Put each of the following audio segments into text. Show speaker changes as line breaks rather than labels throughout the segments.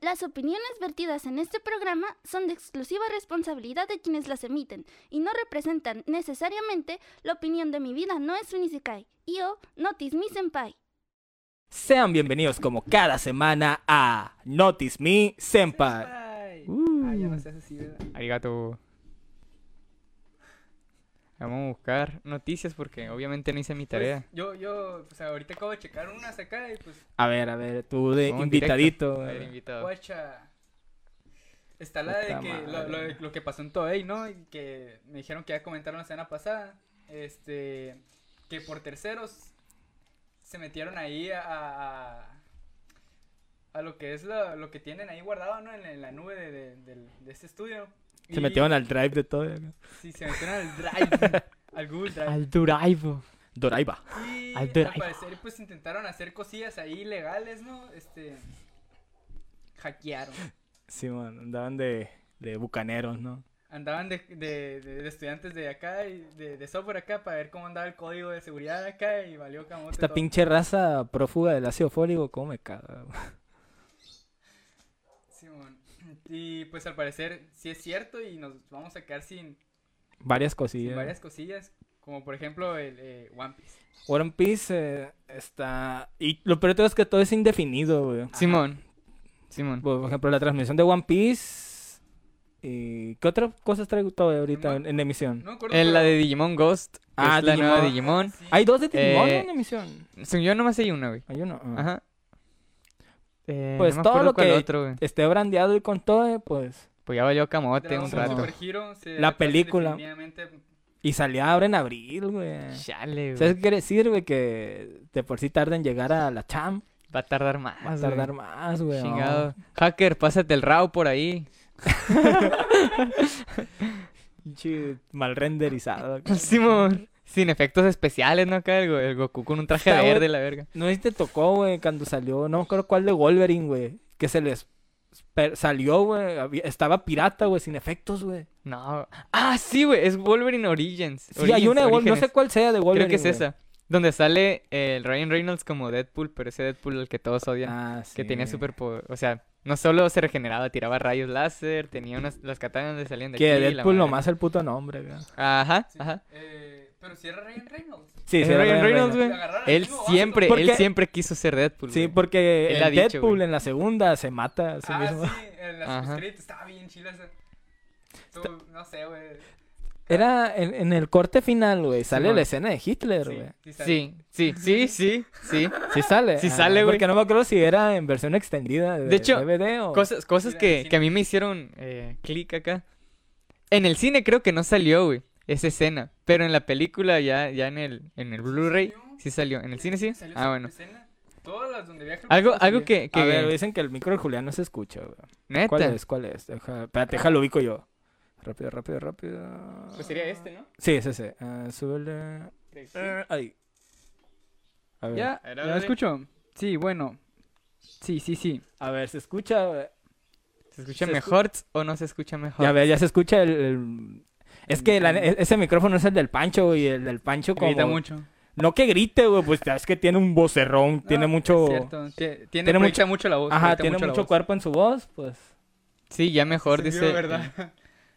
Las opiniones vertidas en este programa son de exclusiva responsabilidad de quienes las emiten y no representan necesariamente la opinión de mi vida no es Unisikai y o Notice Mi Senpai.
Sean bienvenidos como cada semana a Notice Me Senpai.
Ah, ya no seas así, ¿verdad?
Arigato. Vamos a buscar noticias porque obviamente no hice mi tarea.
Pues, yo, yo, pues ahorita acabo de checar unas acá y pues,
A ver, a ver, tú de
Vamos en
invitadito.
directo. A ver, invitado.
guacha. Está la de
Puta
que lo,
madre.
lo de- lo que pasó en Toei, ¿no? Y que me dijeron que ya comentaron la semana pasada. Este, que por terceros se metieron ahí a. a, a- a lo que es lo, lo que tienen ahí guardado, ¿no? En, la- en la nube de, de- del- de este estudio.
Se
Y-
metieron al drive de todo.
Sí, se metieron al Drive. al Google Drive.
Duraivo.
Doraiba.
Y
Al
al
drive.
parecer pues intentaron hacer cosillas ahí ilegales, ¿no? Este hackearon.
Sí, man, andaban de, de bucaneros, ¿no?
Andaban de, de- de- de estudiantes de acá y de, de software acá para ver cómo andaba el código de seguridad acá y valió camote
Esta
todo.
pinche raza prófuga del ácido fólico, ¿cómo me caga?
Simón. Y pues al parecer sí es cierto y nos vamos a quedar sin,
Varias
sin
cosillas.
varias cosillas, como por ejemplo el eh, One Piece.
One Piece eh, está... Y lo peor de todo es que todo es indefinido, güey.
Simón. Simón.
Por por ejemplo, la transmisión de One Piece... ¿Y qué otras cosas traigo todavía ahorita en, en emisión?
No me acuerdo.
En la
pero-
de Digimon Ghost. que
Ah,
es la nueva
Digimon.
Digimon.
Sí.
Hay dos de Digimon
Eh,
en emisión.
Según yo nomás hay una, güey.
Hay uno. ah.
Ajá. Eh,
Pues
no me
todo
acuerdo
lo
cuál
que-
otro, güey.
Esté brandeado y con todo, eh, pues...
Pues ya valió camote
Dragon
un
Ball
Dragon
rato.
Super Hero se
La
retrasa
película.
indefinidamente.
Y salía ahora en abril, güey.
Chale, güey.
¿Sabes qué quiere decir, güey? Que de por sí tarda en llegar a la cham.
Va a tardar más.
Va a
güey.
tardar más, güey. no.
Chingado. Hacker, pásate el RAW por ahí.
Pinche mal renderizado.
Simón. Sin efectos especiales, ¿no? Acá el, Go- el Goku con un traje
Está, güey.
verde, la verga.
No sé si te tocó, güey, cuando salió, no me acuerdo cuál de Wolverine, güey. Que se les per- salió, güey. había- Estaba pirata, güey, sin efectos, güey.
No. Ah, sí, güey. Es Wolverine Origins.
Sí, hay una de Wolverine, no
Origins.
sé cuál sea de Wolverine.
Creo que es
güey.
esa. Donde sale eh, el Ryan Reynolds como Deadpool, pero ese Deadpool al que todos odian.
Ah, sí.
que tenía superpoder. O sea, no solo se regeneraba, tiraba rayos láser, tenía unas. Las katanas le salían de
Que
aquí, la
Deadpool
madre.
nomás el puto nombre, güey.
Ajá,
Sí.
ajá.
Eh, pero si era Ryan Reynolds.
Sí,
Es
sí,
Eh, Ryan
Ryan
Reynolds,
Reynolds.
güey.
Lo agarraron al
Él
mismo vato,
siempre,
¿Por
él
qué?
siempre quiso ser Deadpool.
Sí,
güey.
porque
Él
el
ha dicho,
Deadpool
güey.
en la segunda se mata a sí
ah,
mismo.
sí, en la
Ajá.
suscrita estaba bien chila esa. Estuvo- no sé, güey.
Era en, en el corte final, güey. Sale
Simón.
la escena de Hitler, güey.
sale.
Sí, sí, sí, sí, sí.
Sí sale.
Sí
Ah,
sale, güey.
Porque no me acuerdo si era en versión extendida de,
De hecho,
DVD o...
Cosas, cosas
Sí,
que,
del
que a mí me hicieron eh, clic acá. En el cine creo que no salió, güey, esa escena. Pero en la película, ya, ya en el, en el Blu-ray,
salió?
sí salió. ¿En el cine sí?
¿Salió
Ah,
esa
bueno.
escena? Todas las donde viaja.
Algo, algo
Sí.
que... que
A ver, dicen que el micro de Julián no se escucha, güey.
Neta.
¿Cuál es? ¿Cuál es? Deja- Espérate, déjalo ubico yo. Rápido, rápido, rápido.
Pues
este,
¿no?
Sí, es ese. Ah, súbele. Eh, ahí. A ver.
¿Ya? ¿Ya
Era de-
lo escucho? Sí, bueno. Sí, sí, sí.
A ver, se escucha. güey?
¿Se escucha
Se
mejor o no se escucha mejor?
Ya ves, ya se escucha el. el- Es que la- e- ese micrófono es el del Pancho, güey. y El del Pancho, como.
Grita mucho.
No que grite, güey. Pues es que tiene un vocerrón. tiene
No,
mucho.
Ah, es cierto. Tie- Tiene,
tiene
proyecta mucho la voz.
Ajá,
proyecta
tiene
la
mucho
voz.
cuerpo en su voz, pues.
Sí, ya mejor,
Sí,
dice...
verdad.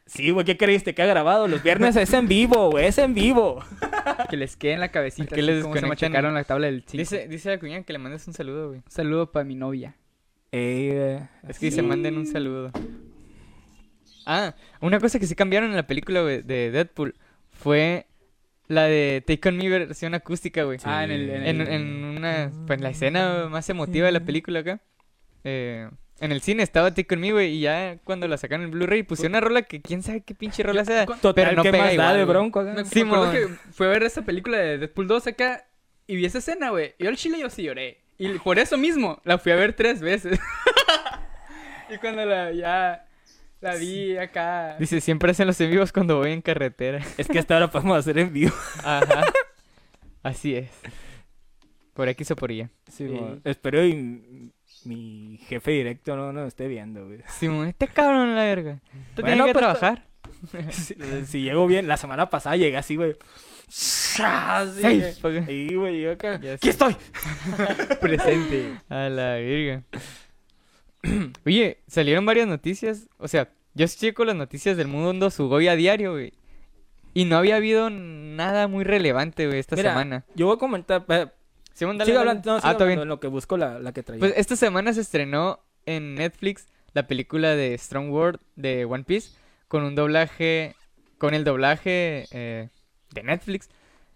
Sí, güey, ¿qué creíste que ha grabado? Los viernes es en vivo, güey, es en vivo.
Que les quede en la cabecita.
Que
Que
les
les como se
desconectan.
machacaron la tabla del cinco.
Dice, dice la cuñada que le mandes un saludo, güey.
Un saludo para mi novia.
Ey, güey.
Es que se manden un saludo. Ah, una cosa que sí cambiaron en la película güey, de Deadpool fue la de Take On Me versión acústica, güey.
Ah, en el- en
En,
el-
en una, pues la escena más emotiva de la película acá. Eh, en el cine estaba Take On Me, güey, y ya cuando la sacaron en Blu-ray pusieron una rola que quién sabe qué pinche rola sea.
Pues Total,
pero no
¿qué
pega
más da
igual,
de
güey.
bronco acá?
Me,
Sí,
me acuerdo
mon.
que fue a ver esa película de Deadpool 2 acá y vi esa escena, güey. Yo al chile yo sí lloré. Y por eso mismo la fui a ver tres veces. y cuando la ya la vi acá.
Dice, siempre hacen los en vivos cuando voy en carretera.
Es que hasta ahora podemos hacer en vivo.
Ajá. Así es. Por X o por Y.
Sí,
güey.
Espero y m- mi jefe directo no nos esté viendo, güey.
Simón, este cabrón la verga. Tú
Bueno,
tienes que
pues,
trabajar.
Si, si llego bien, la semana pasada llegué así, güey.
Ey,
Sí,
pa-
Y, güey, yo acá.
Pues Ya
¡Aquí
sé.
pues. estoy! Presente.
A la virga. Oye, salieron varias noticias. O sea, yo checo las noticias del mundo Sugoy a diario, güey. Y no había habido nada muy relevante, güey, esta
Mira,
semana.
Yo voy a comentar. eh,
Según
sigue hablando, no, sigue
ah, está
hablando
bien.
en lo que busco la, la que traía.
Pues esta semana se estrenó en Netflix la película de Strong World de One Piece con un doblaje, con el doblaje eh, de Netflix.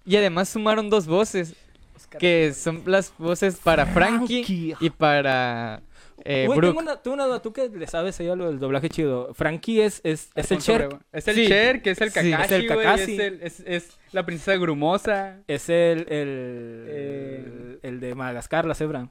Y además sumaron dos voces,
Oscar
que son las voces para Frankie
Frankie.
y para eh,
Güey,
Brooke.
tengo una, tengo una duda, tú que le sabes ahí a lo del doblaje chido. Frankie es, es, es el
Alfonso
Cher,
Obregón. Es el
Sí.
Cher, que es el
Sí, es el
Kakashi, güey,
Kakashi.
Es, el- es- es la princesa grumosa.
es el, el,
Eh,
el de Madagascar, la cebra.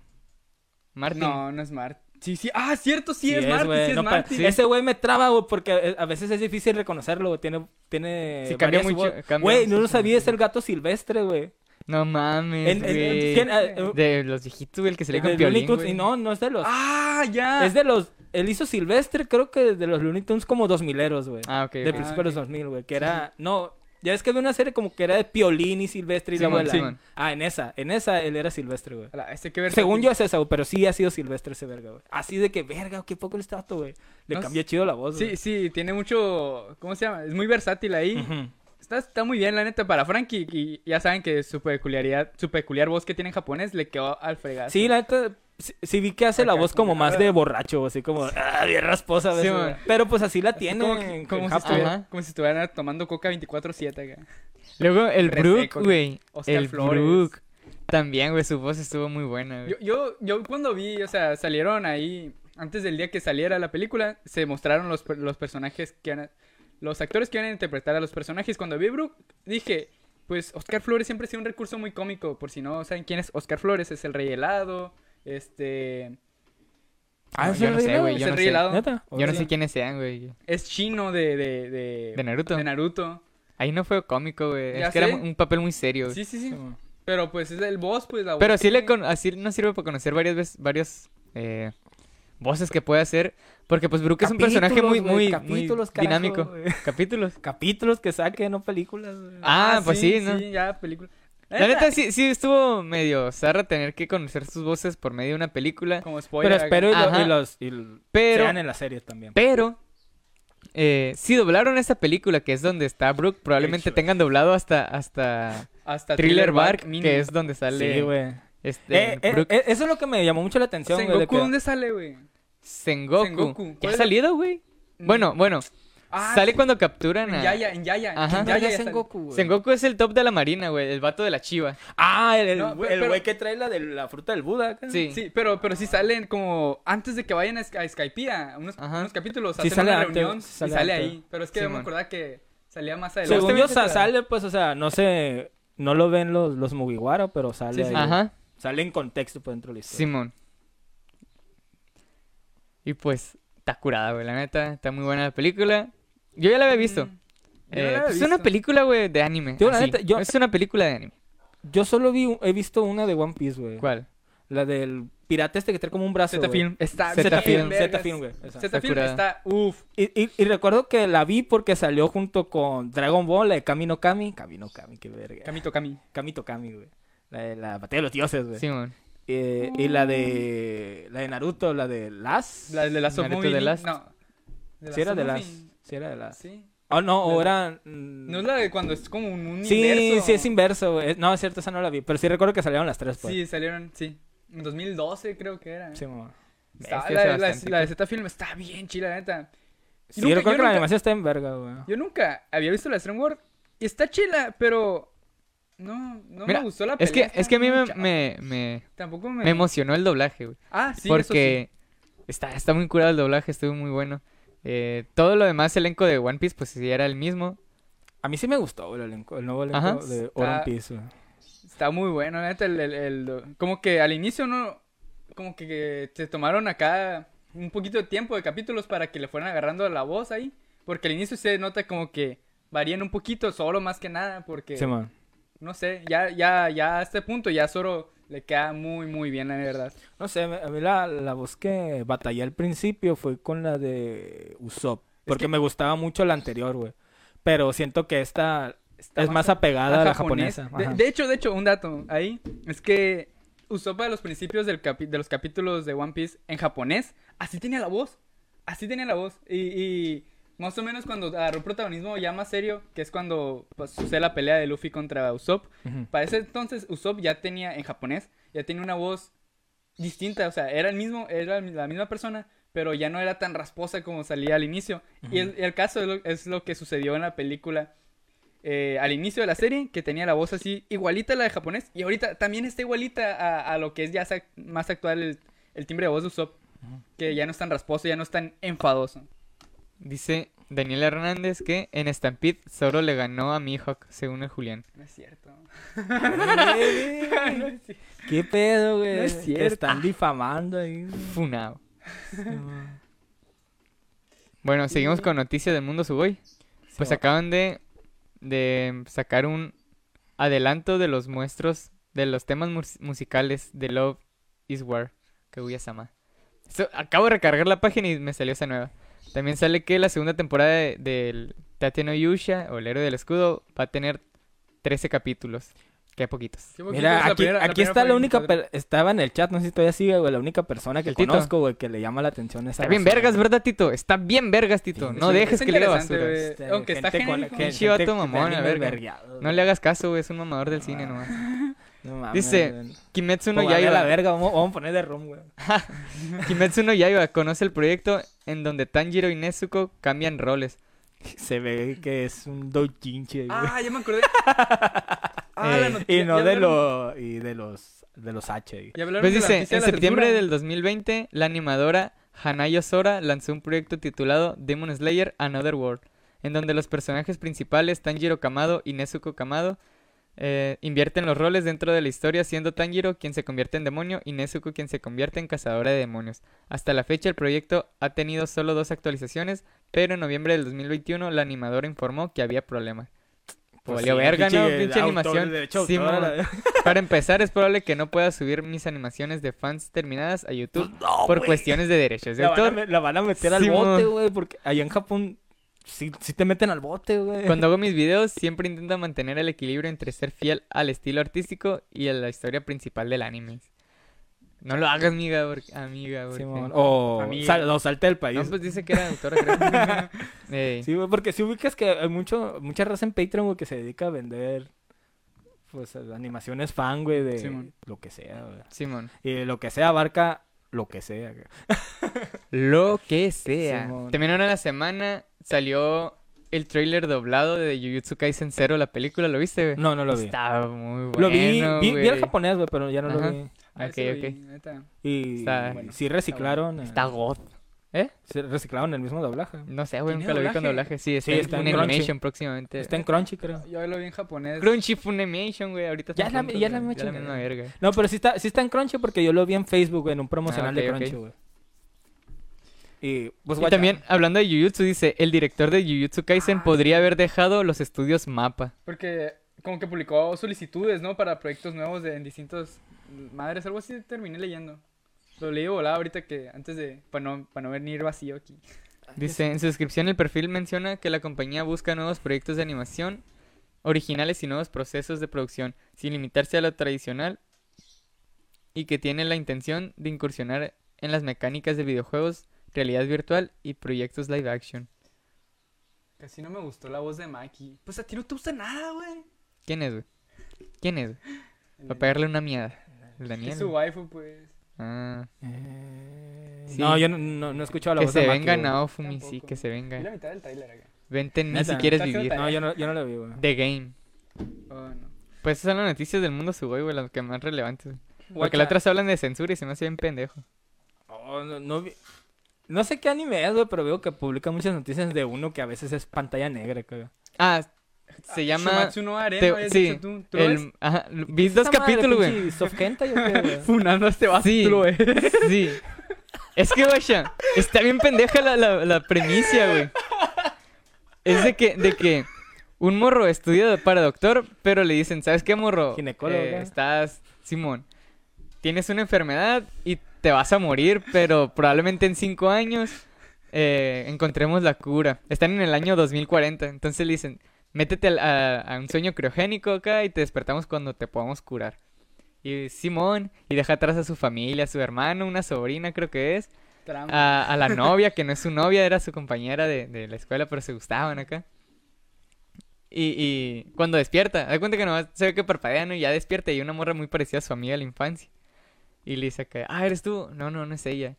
Martin.
No, no es Mart. Sí, sí. Ah, cierto, sí, es, Marty,
güey,
sí es
no pa-
Marty.
sí. Ese güey me traba, güey, porque eh, a veces es difícil reconocerlo, güey. Tiene, tiene
Sí, cambia
varias
mucho,
voces.
cambia
Güey, no
mucho.
lo sabía, es el gato silvestre, güey.
No mames,
En- en-
güey.
¿quién? Ah, eh,
De los viejitos, güey, el que se le
de
con
Looney
piolín,
Tunes,
güey.
y no, no es de los...
Ah, ya.
Es de los... Él hizo silvestre, creo que de los Looney Tunes como dos mileros, güey.
Ah, ok.
de
ok.
principios de los
ok.
2000, güey. Que era... No, ya es que había una serie como que era de Piolín y Silvestre y la
Simón,
abuela.
Simón.
Ah, en esa. En esa él era silvestre, güey.
Ala, este que ver
Según yo es esa, güey, pero sí ha sido silvestre ese verga, güey. Así de que, verga, güey, qué poco el trato, güey. Le
No,
cambió chido la voz,
Sí,
güey.
sí, tiene mucho. ¿Cómo se llama? Es muy versátil ahí.
Ujú.
Está, está muy bien, la neta, para Frankie. Y ya saben que su peculiaridad, su peculiar voz que tiene en japonés le quedó al fregazo.
Sí, la neta, sí, sí vi que hace la
Acá,
voz como
como-
más de borracho, así como, ah, bien rasposa a veces,
Sí,
güey.
man.
Pero pues así la
Es
tiene
como,
en-
que-
en
como si
Japón.
estuviera-
Ajá.
como si estuviera tomando coca 24-7 acá.
Luego el Brook,
Reseco,
güey.
Oscar
El
Flores.
Brook. También, güey, su voz estuvo muy buena, güey.
Yo, yo, yo cuando vi, o sea, salieron ahí, antes del día que saliera la película, se mostraron los, per- los personajes que van a- los actores que van a interpretar a los personajes. Cuando vi Brooke, dije, pues Oscar Flores siempre ha sido un recurso muy cómico, por si no saben quién es Oscar Flores, es el rey helado, este...
Ah,
No,
¿es
yo
el
no sé,
rey
güey,
es
yo
el
no
rey
sé.
helado.
¿Neta?
Yo no
Sí.
sé quiénes sean, güey.
Es chino de... De, de,
De Naruto.
de Naruto.
Ahí no fue cómico, güey.
Ya
Es que era
sé.
un papel muy serio. güey.
Sí, sí, sí.
Sí, man.
Pero pues es el boss, pues la voz
Pero
que
sí le
tiene.
con- así nos sirve para conocer varias veces, varias eh, voces que puede hacer. Porque pues Brook es un personaje muy,
Capítulos, güey,
muy, muy
capítulos, carajo,
dinámico.
güey.
Capítulos.
Capítulos que saque, no películas, güey.
Ah, pues sí, ¿no?
Sí, ya, película.
La neta sí, sí estuvo medio zarra tener que conocer sus voces por medio de una película.
Como
Pero
spoiler. acá.
espero y, lo-
Ajá.
y los... y l-
Pero-
Sean en las series también.
Pero, eh, si doblaron esta película, que es donde está Brooke, probablemente
Hecho.
tengan doblado hasta, hasta
Hasta
Thriller Bark,
mínimo.
que es donde sale
Sí, güey.
este,
Eh, eh,
Brook
eh, eso es lo que me llamó mucho la atención, güey. de
Sengoku,
que-
¿dónde sale, güey?
Sengoku.
Sengoku.
¿Ya
¿Cuál
ha
es?
salido, güey?
Mm.
Bueno, bueno,
Ah,
sale
sí,
cuando capturan a...
En Yaya, en Yaya.
Ajá.
En
No,
Yaya,
ya
ya sale.
Sengoku, güey.
Sengoku es el top de la marina, güey, el vato de la chiva.
Ah, el el
No,
güey
pero-
el güey que trae la de la fruta del Buda. acá.
Sí.
Sí, pero, pero sí salen como antes de que vayan a, Sky- a Skypiea, unos,
Ajá.
unos capítulos,
Sí,
hacen
sale
una
antes,
reunión
sale
y sale
antes.
ahí. Pero es que
Sí,
me
man.
acordaba que salía más adelante.
Según yo, sa-
Justamente
sale, pues, o sea, no sé... No lo ven los, los Mugiwara, pero sale
Sí, sí.
ahí.
Ajá,
Sale en contexto por dentro de la historia.
Simón. Y pues, está curada, güey, la neta, está muy buena la película. Yo ya la había visto.
Mm. Yo no
Eh,
la había
pues es una
visto.
película, güey, de anime.
Tío, la
así.
neta, yo-
Es una película de anime.
Yo solo vi, he visto una de One Piece, güey.
¿Cuál?
La del pirata este que trae como un brazo.
Z
güey.
Film. Está
Zeta
bien
Film,
Zeta
vergas.
Film, güey, esa.
Zeta Film
Sakura.
está, uff.
Y, y- y recuerdo que la vi porque salió junto con Dragon Ball, la de Kamino Kami. Kamino Kami, qué verga.
Camito Cami.
Kamito Kami, güey. La de la batalla de los dioses, güey.
Simón.
Eh, y la de. La de Naruto, la de Las.
La de Last of
Naruto
Movie.
de Last.
No.
Sí, era
of
de
Movie.
Las. Sí, era de Las.
Sí.
Oh, no, o
De
era. mm,
No es la de cuando es como un universo.
Sí, sí, es inverso, güey. No, es cierto, esa no la vi. Pero sí recuerdo que salieron las tres, pues.
Sí, salieron, sí. En 2012 creo que era.
Sí, mamá.
Está- la,
Bestia, hace
la- la
bastante
de Z Film está bien chila, la neta. Y
Sí,
nunca-
recuerdo que la
nunca-
animación está en verga, güey.
Yo nunca había visto la Strong World y está chila, pero no, no
Mira,
me gustó la pelea.
Es que,
está
es que a mí
muy
me,
chapa.
me, me,
Tampoco me...
me emocionó el doblaje, güey.
Ah, sí,
porque está, está muy curado el doblaje, estuvo muy bueno. Eh, todo lo demás, elenco de One Piece, pues sí era el mismo.
A mí sí me gustó güey, el, elenco- el nuevo elenco
Ajá.
de
Está-
Oran Piece. güey.
eso sí. Está muy bueno, la neta, el, el- el- Como que al inicio no... Como que se tomaron acá un poquito de tiempo de capítulos para que le fueran agarrando la voz ahí. Porque al inicio se nota como que varían un poquito, solo más que nada, porque...
Sí, man.
no sé, ya, ya, ya a este punto ya Zoro le queda muy, muy bien, la verdad.
No sé, me- a mí la, la voz que batallé al principio fue con la de Usopp. Porque me gustaba mucho la anterior, güey. Pero siento que esta
Está
es más
a-
apegada a,
a
la
japonés.
japonesa.
De,
ajá.
de hecho, de hecho, un dato ahí es que Usopp de los principios del capi- de los capítulos de One Piece en japonés, así tenía la voz. Así tenía la voz. Y, y más o menos cuando agarró protagonismo ya más serio, que es cuando pues, sucede la pelea de Luffy contra Usopp,
Ujú.
para ese entonces Usopp ya tenía en japonés, ya tenía una voz distinta, o sea, era el mismo, era la misma persona, pero ya no era tan rasposa como salía al inicio. Y el, el caso es lo, es lo que sucedió en la película eh, al inicio de la serie, que tenía la voz así igualita a la de japonés, y ahorita también está igualita a, a lo que es ya sac- más actual el, el timbre de voz de Usopp, que ya no es tan rasposo, ya no es tan enfadoso.
Dice Daniel Hernández que en Stampede Zoro le ganó a Mihawk, según el Julián.
No es cierto.
Güey,
No es cierto.
¿Qué pedo, güey?
No es
Te
cierto.
están difamando ahí. este, güey.
Funao. Bueno, seguimos con noticias del mundo Suboy. Pues
Sí,
acaban de, de sacar un adelanto de los muestros de los temas mus- musicales de Love is War, Kaguya-sama. So, acabo de recargar la página y me salió esa nueva. También sale que la segunda temporada de- del Tate no Yusha, o el héroe del escudo, va a tener 13 capítulos. Que hay poquitos.
Mira, aquí, aquí está la única... per- Estaba en el chat, no sé si todavía sigue, güey. La única persona que
El Tito.
conozco, güey, que le llama la atención esa
Está bien
basura.
vergas, ¿verdad, Tito? Está bien vergas, Tito.
Sí,
No
es-
dejes
es
que le haga
interesante,
basura.
güey.
Este,
Aunque está
gente con-
genérico.
gente
Pinche vato
de
mamón, la
anime
verga.
vergueado,
No le hagas caso, güey. Es un mamador del cine
Ah.
nomás.
No mames,
Dice,
güey.
Kimetsu no
Póngale a la
Yaiba.
verga, vamos, vamos a poner de rum, güey.
Kimetsu no Yaiba conoce el proyecto en donde Tanjiro y Nezuko cambian roles.
Se ve que es un doujinshi, güey.
Ah, ya me acordé. Ah, la
Eh,
noticia-
y no
ya
de
hablaron-
los y de los de los H. güey.
ya hablaron
Pues
de la
dice,
noticia
en
de la
septiembre
censura.
del 2020, la animadora Hanayo Sora lanzó un proyecto titulado Demon Slayer Another World, en donde los personajes principales Tanjiro Kamado y Nezuko Kamado eh, invierten los roles dentro de la historia, siendo Tanjiro quien se convierte en demonio y Nezuko quien se convierte en cazadora de demonios. Hasta la fecha el proyecto ha tenido solo dos actualizaciones, pero en noviembre del 2021 la animadora informó que había problemas. Pues valió
sí,
verga, ¿no?
pinche
Pinche
autor,
animación.
derecho de
Sí,
autor, a
mamá.
la verga.
Para empezar, es probable que no pueda subir mis animaciones de fans terminadas a YouTube por cuestiones de derechos de
La van, a,
autor.
me- la van a meter al
Sí,
bote,
mo.
güey, porque allá en Japón sí, sí te meten al bote, güey.
Cuando hago mis videos, siempre intento mantener el equilibrio entre ser fiel al estilo artístico y a la historia principal del anime. No lo hagas, amiga, porque... Amiga, porque-
Sí, mamón. o,
Amigo.
sal- o salte del país.
No, pues dice que era autora, creo. Ey.
Sí, güey, porque si ubicas que hay mucho, mucha raza en Patreon, güey, que se dedica a vender pues animaciones fan, güey, de
Sí, mon.
lo que sea, güey.
Simón.
Y lo que sea abarca lo que sea, güey.
Lo que sea.
Simón.
También ahora en la semana salió el tráiler doblado de Jujutsu Kaisen Zero, la película. ¿Lo viste, güey?
No, no lo vi.
Está muy bueno,
Lo vi, vi, vi el
güey.
japonés, güey, pero ya no lo
Ajá.
vi.
Ah,
Ok,
sí lo
ok.
vi, neta.
Y
Está-
bueno, sí reciclaron. eh,
Está god.
sí reciclaron el mismo doblaje.
No sé, güey,
¿Tiene
nunca lo vi con
doblaje?
doblaje. Sí, está,
Sí,
en
está en
Funimation
Crunchy.
próximamente.
Está en Crunchy, creo.
Yo lo vi en japonés.
Crunchy Funimation, güey. Ahorita
Ya
están
la-
juntos,
ya la
güey,
misma
misma
chingada.
verga.
No, pero sí está, sí está en Crunchy porque yo lo vi en Facebook, güey, en un promocional
Ah,
de
ok, ok.
Crunchy, güey. Y pues
Y
guacha,
también, hablando de Jujutsu, dice, el director de Jujutsu Kaisen
Ah,
podría haber dejado los estudios Mapa.
Porque como que publicó solicitudes, ¿no? Para proyectos nuevos de, en distintos... Madres, algo así terminé leyendo. Lo leí volado ahorita que antes de... Para no, para no venir vacío aquí.
Dice, en su descripción el perfil menciona que la compañía busca nuevos proyectos de animación originales y nuevos procesos de producción, sin limitarse a lo tradicional y que tiene la intención de incursionar en las mecánicas de videojuegos, realidad virtual y proyectos live action.
Casi no me gustó la voz de Maki. Pues a ti no te gusta nada, güey.
¿Quién es, güey? ¿Quién es? güey? Para
El-
pegarle una mierda. El
Es
Daniel.
su
güey.
waifu, pues.
Ah,
eh,
Sí.
No, yo no, no, no he escuchado la
que
voz
se
de Maki,
venga
güey.
Naofumi, sí,
Tampoco.
que se
Vi la
venga.
mitad del eh. trailer acá.
Vente ni
Neta.
si quieres
Está haciendo
vivir.
tarea.
No, yo no, yo no la vi, güey.
The Game.
Oh, no.
Pues esas son las noticias del mundo suboy, güey, las que más relevantes. güey. Porque
Guacha,
las otras hablan de censura y se me hace bien pendejo.
oh, no, no vi- no sé qué anime es, güey, pero veo que publica muchas noticias de uno que a veces es pantalla negra, creo.
Ah, se llama...
Shumatsu no Arena,
te-
habías
sí,
dicho tú. ¿Tú lo ves?
El, ajá, lo- vi dos
Esta madre,
capítulos, güey.
pinche soft hentai, o qué, güey?
Funando a este vato,
Sí.
tú lo ves.
Sí. Es que, vaya, está bien pendeja la, la, la premisa, güey. Es de que, de que un morro estudia de- para doctor, pero le dicen, ¿sabes qué, morro?
Ginecólogo,
Eh,
¿no?
estás, Simón, tienes una enfermedad y te vas a morir, pero probablemente en cinco años eh, encontremos la cura. Están en el año 2040, entonces le dicen, métete al- a, a un sueño criogénico acá y te despertamos cuando te podamos curar. Y Simón, y deja atrás a su familia, a su hermano, una sobrina creo que es,
Tramo.
a, a la novia, que no es su novia, era su compañera de, de la escuela, pero se gustaban acá. Y, y cuando despierta, da cuenta que nomás se ve que parpadea, ¿no? Y ya despierta y una morra muy parecida a su amiga de la infancia. Y le dice que, ah, ¿eres tú? No, no, no es ella.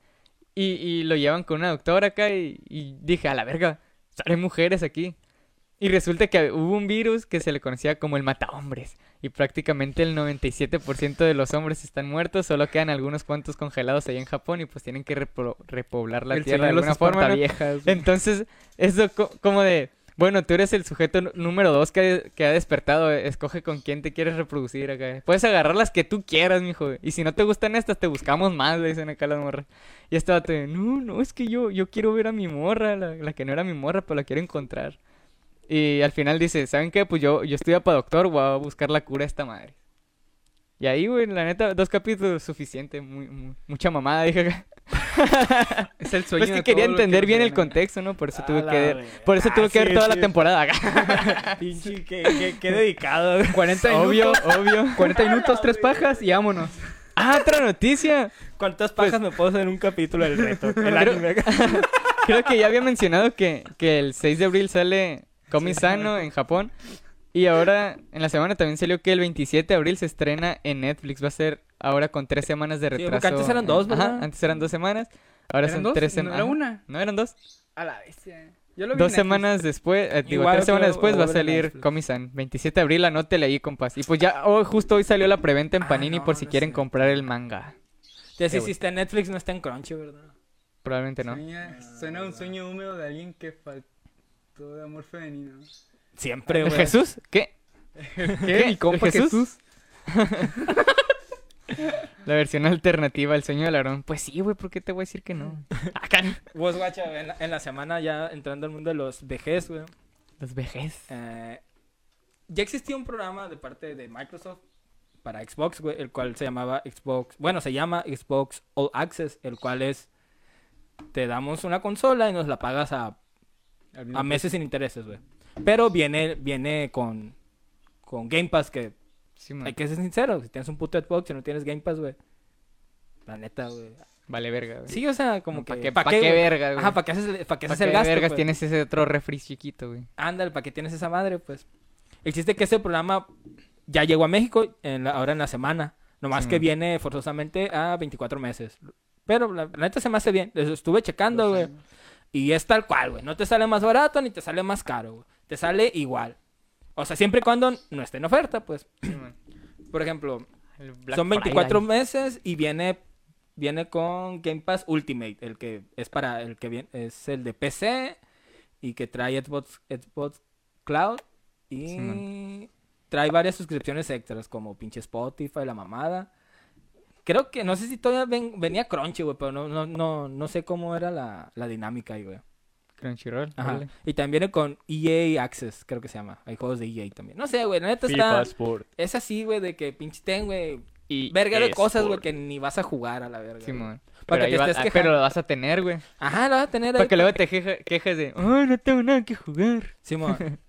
Y, y lo llevan con una doctora acá y, y dije, a la verga, salen mujeres aquí. Y resulta que hubo un virus que se le conocía como el matahombres. Y prácticamente el 97% de los hombres están muertos, solo quedan algunos cuantos congelados allá en Japón y pues tienen que repro- repoblar la
El
tierra de
señor los
alguna forma. ¿no?
viejas.
Entonces, eso co- como de, bueno, tú eres el sujeto n- número dos que, que ha despertado, eh, escoge con quién te quieres reproducir acá. Puedes agarrar las que tú quieras, mijo. Y si no te gustan estas, te buscamos más, le dicen acá las morras. Y esta vato de, no, no, es que yo, yo quiero ver a mi morra, la, la que no era mi morra, pero la quiero encontrar. Y al final dice, ¿saben qué? Pues yo, yo estudio para doctor, voy a buscar la cura a esta madre. Y ahí, güey, la neta, dos capítulos suficiente, muy, muy- mucha mamada, dije acá.
Es el sueño
Pues que
de
quería
todo lo que
entender bien el
ordena.
contexto, ¿no? Por eso
A
tuve
la
que ver,
verga.
por eso
Ah,
tuve que ver
sí,
toda
sí.
la temporada acá.
Pinche, qué, qué- qué dedicado.
40 minutos.
obvio, obvio.
40 minutos, tres pajas y vámonos.
Ah, otra noticia.
¿Cuántas pajas me puedo hacer en un capítulo del reto? El anime.
Creo que ya había mencionado que, que el 6 de abril sale Komi Sano en Japón. Y ahora, en la semana también salió que el 27 de abril se estrena en Netflix. Va a ser ahora con tres semanas de
porque
retraso.
antes eran dos,
Ajá,
¿verdad?
antes eran dos semanas. Ahora
¿Eran
son
dos?
tres
¿No
semanas.
era una?
No, eran dos.
A la bestia. Yo lo vi en
Dos
Netflix.
semanas después, eh, digo,
Igual
tres
creo
semanas después va a
volver a
salir
Netflix.
Comisan. 27 de abril, anótele ahí, compas. Y pues ya, oh, justo hoy salió la preventa en
Ah,
Panini
no,
por si
no
quieren
sé.
comprar el manga.
Ya si
Sí, güey.
está en Netflix, no está en Crunchy, ¿verdad?
Probablemente no.
Sueña- suena un sueño húmedo de alguien que faltó de amor femenino.
Siempre, güey.
¿Eh, ¿Jesús? ¿Qué?
¿Qué? ¿Mi compa
¿El Jesús?
Jesús?
La versión alternativa, el sueño de Larón. Pues sí, güey, ¿por qué te voy a decir que no? Acá.
Vos, guacha, en la, en la semana ya entrando al mundo de los vejez, güey.
Los vejez.
eh, ya existía un programa de parte de Microsoft para Xbox, güey, el cual se llamaba Xbox, bueno, se llama Xbox All Access, el cual es, te damos una consola y nos la pagas a,
Al
a
mismo
meses sin intereses, güey. Pero viene, viene con, con Game Pass, que
Sí, man.
hay que ser sincero, si tienes un puto Xbox y no tienes Game Pass, güey. La neta, güey.
Vale, verga, güey.
Sí, o sea, como
¿Para
que...
qué,
¿pa'
pa' qué
güey?
verga, güey?
Ajá, ¿para qué haces, el- pa' qué
¿Para
haces
qué
el gasto?
vergas
pues?
tienes ese otro refri chiquito, güey?
Ándale, ¿para qué tienes esa madre? Pues el chiste es que ese programa ya llegó a México en la- ahora en la semana. Nomás
Sí,
que
man.
viene forzosamente a 24 meses. Pero la, la neta se me hace bien. Eso Estuve checando, güey. Y es tal cual, güey. No te sale más barato ni te sale más caro, güey. Te sale igual. O sea, siempre y cuando no esté en oferta, pues. Por ejemplo,
El Black
son 24
Friday.
meses y viene viene con Game Pass Ultimate, el que es para el que viene, es el de PC y que trae Xbox Xbox Cloud y
Simón.
trae varias suscripciones extras como pinche Spotify, la mamada. Creo que no sé si todavía ven- venía Crunchy, güey, pero no no no no sé cómo era la, la dinámica ahí, güey.
Crunchyroll.
Ajá.
órale.
Y también viene con EA Access, creo que se llama. Hay juegos de EA también. No sé, güey, la neta está es así, güey, de que pinche ten, güey,
Y
Verga de
es
cosas, güey,
por-
que ni vas a jugar a la verga.
Sí,
güey.
man.
Para
Pero,
que
ahí
te
va-
estés
ah,
quejando.
pero lo vas a tener, güey.
Ajá, lo vas a tener ahí.
Para que luego te queja- quejes de, ay, no tengo nada que jugar.
Simón.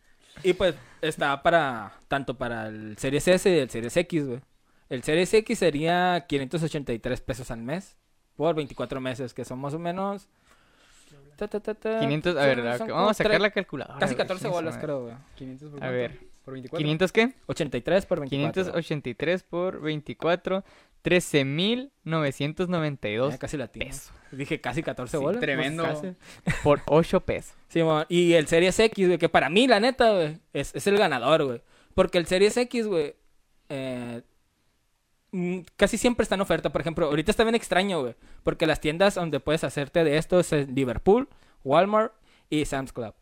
y pues está para tanto para el Series S y el Series X, güey. El Series X sería 583 pesos al mes por 24 meses, que son más o menos ta, ta, ta, ta,
500, a
Ah, son-
ver,
son
ac-
como
vamos a sacar
tres-
la calculadora.
casi
güey,
14
chingue su
bolas,
madre.
creo, güey.
500 por
A
cuánto?
ver,
Por 24.
¿500 qué?
83 por 24.
583 por 24, 13,992
Ya casi la tiene.
pesos.
Dije casi 14
Sí,
bolas.
tremendo.
Casi.
Por 8 pesos.
Sí, mon. y el Series X, güey, que para mí, la neta, güey, es, es el ganador, güey. Porque el Series X, güey, eh, mm, casi siempre está en oferta. Por ejemplo, ahorita está bien extraño, güey. Porque las tiendas donde puedes hacerte de esto es en Liverpool, Walmart y Sam's Club.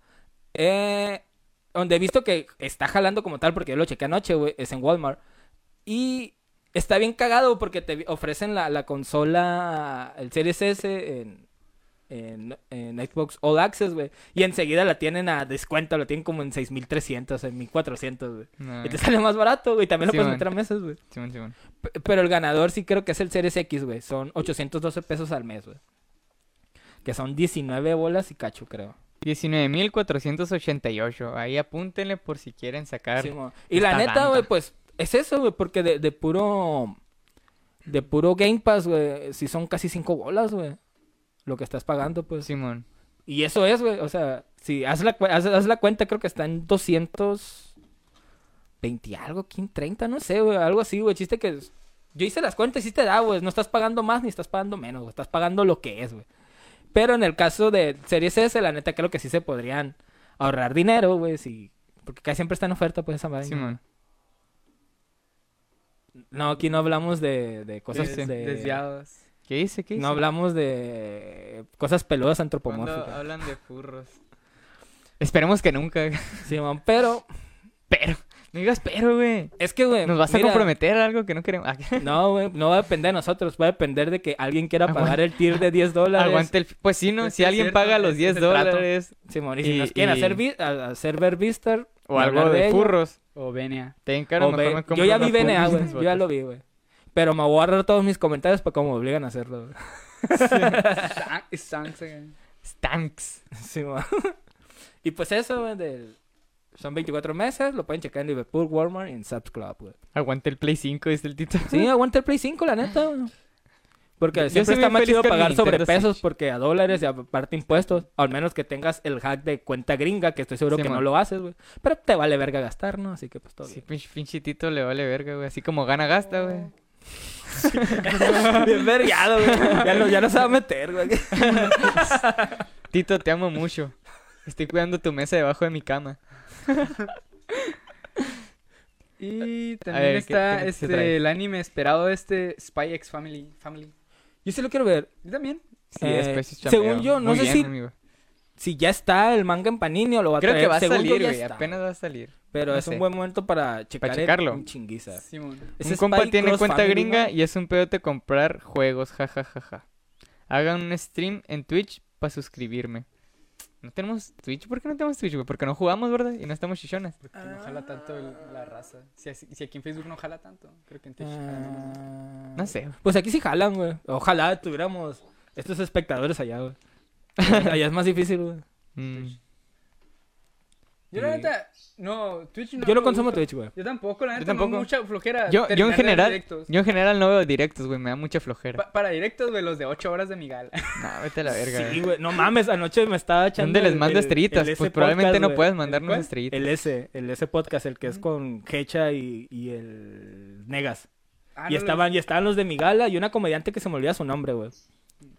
Eh, donde he visto que está jalando como tal, porque yo lo chequé anoche, güey, es en Walmart. Y está bien cagado porque te ofrecen la, la consola, el Series S en, en, en Xbox All Access, güey. Y enseguida la tienen a descuento, la tienen como en 6300, en 1400, güey.
No,
Y te sale más barato, güey. También lo
Ah. Sí,
puedes
man.
meter a meses, güey.
Simón, Simón.
P- Pero el ganador sí creo que es el Series X, güey. Son 812 pesos al mes, güey. Que son 19 bolas y cacho, creo.
19,488. Ahí apúntenle por si quieren sacar.
Sí, mo. y la
Está
neta, güey,
dando.
pues es eso, güey, porque de, de puro de puro Game Pass, güey, si son casi cinco bolas, güey. Lo que estás pagando, pues.
Simón.
Y eso es, güey. O sea, si haz la, cu- haz, haz la cuenta, creo que están 220 y algo, 15, 30, no sé, güey. Algo así, güey. Chiste que. es- Yo hice las cuentas y sí te da, güey. No estás pagando más ni estás pagando menos, güey. Estás pagando lo que es, güey. Pero en el caso de Series S, la neta creo que sí se podrían ahorrar dinero, güey. Si... Porque casi siempre está en oferta, pues esa madre.
Simón.
No, aquí no hablamos de, de cosas
Sí, sí.
de-
Desviados.
¿Qué dice? ¿Qué dice?
No hablamos de cosas peludas
Cuando
antropomórficas.
hablan de furros.
Esperemos que nunca.
Simón, pero
Pero. No digas pero, güey.
es que, güey.
Nos vas a
mira,
comprometer a algo que no queremos. Ah,
No, güey, no va a depender de nosotros, va a depender de que alguien quiera
Aguanta-
pagar el tier de 10 dólares.
Aguante el. Pues sí, ¿no?
Pues sí,
si
es
alguien
cierto,
paga
es-
los
es
10
el trato.
dólares
Simón, y si
Y-
nos quieren
y-
hacer, vi- a- hacer ver Vistar
o algo de
ello,
furros.
O venia.
Te
o
encargo,
ve- Yo ya vi BNA, güey. Yo ya lo vi, güey. Pero me voy a guardar todos mis comentarios para como me obligan a hacerlo, güey.
Stanks again.
Stanks.
Simón. y pues eso, güey, del- Son 24 meses, lo pueden checar en Liverpool, Walmart y en Subs Club, güey.
Aguante el Play 5, dice el título.
Sí, aguanta el Play 5, la neta. güey. Porque
Yo
siempre
soy
está
bien
más
feliz
chido
con mi
pagar
Nintendo
sobrepesos
Switch.
porque a dólares y aparte impuestos, al menos que tengas el hack de cuenta gringa, que estoy seguro que no
Simón.
lo haces, güey. Pero te vale verga gastar, ¿no? Así que pues todo
Sí,
bien.
pinche, pinche Tito le vale verga, güey. Así como gana, gasta, güey.
bien vergado, güey. Ya, lo- ya no se va a meter, güey.
Tito, te amo mucho. Estoy cuidando tu mesa debajo de mi cama.
Y también
ver, ¿qué-
está
qué- qué
este
trae?
el anime esperado este Spy X Family. Family.
Yo sí lo quiero ver.
Yo también.
Sí,
Eh,
es preciso
según
chambeo.
yo, no
Muy
sé
bien,
si-
amigo.
Si ya está el manga en Panini o lo va a
Creo
traer.
que va a
Según yo,
salir,
ya
güey.
está.
Apenas va a salir.
Pero
no
es un
sé.
buen momento para checar el-
checarlo.
un chinguiza.
Simón.
Es
un
Spy
compa tiene
Cross
cuenta
Family,
gringa
¿no?
y es un pedote comprar juegos, jajajaja. Hagan un stream en Twitch para suscribirme. ¿No tenemos Twitch? ¿Por qué no tenemos Twitch, güey? Porque no jugamos, ¿verdad? Y no estamos chichonas.
Porque no jala tanto el- la raza. Si, así- si aquí en Facebook no jala tanto, creo que en Twitch jala más.
Ah,
No sé, güey.
Pues aquí sí jalan, güey. Ojalá tuviéramos estos espectadores allá, güey. Allá es más difícil, güey.
Mm.
Yo la
Sí.
neta, no, Twitch no.
Yo no
me
consumo
gusta.
Twitch, güey.
Yo tampoco, la
Yo
neta,
tampoco.
no mucha flojera.
Yo, yo en
terminar de ver
general,
directos.
yo en general no veo directos, güey. Me da mucha flojera.
Pa- para directos de los de 8 horas de mi gala.
No, vete a la verga,
Sí,
güey.
güey. No mames, anoche me estaba echando.
¿Dónde les
el-
mando
el-
estrellitas?
el S
Pues probablemente
podcast,
no
güey.
puedas mandarnos
cuál?
estrellitas.
El S, el S podcast, el que es con Hecha y, y el Negas.
Ah,
y,
no lo-
estaban, y estaban los de mi gala y una comediante que se me olvida su nombre, güey.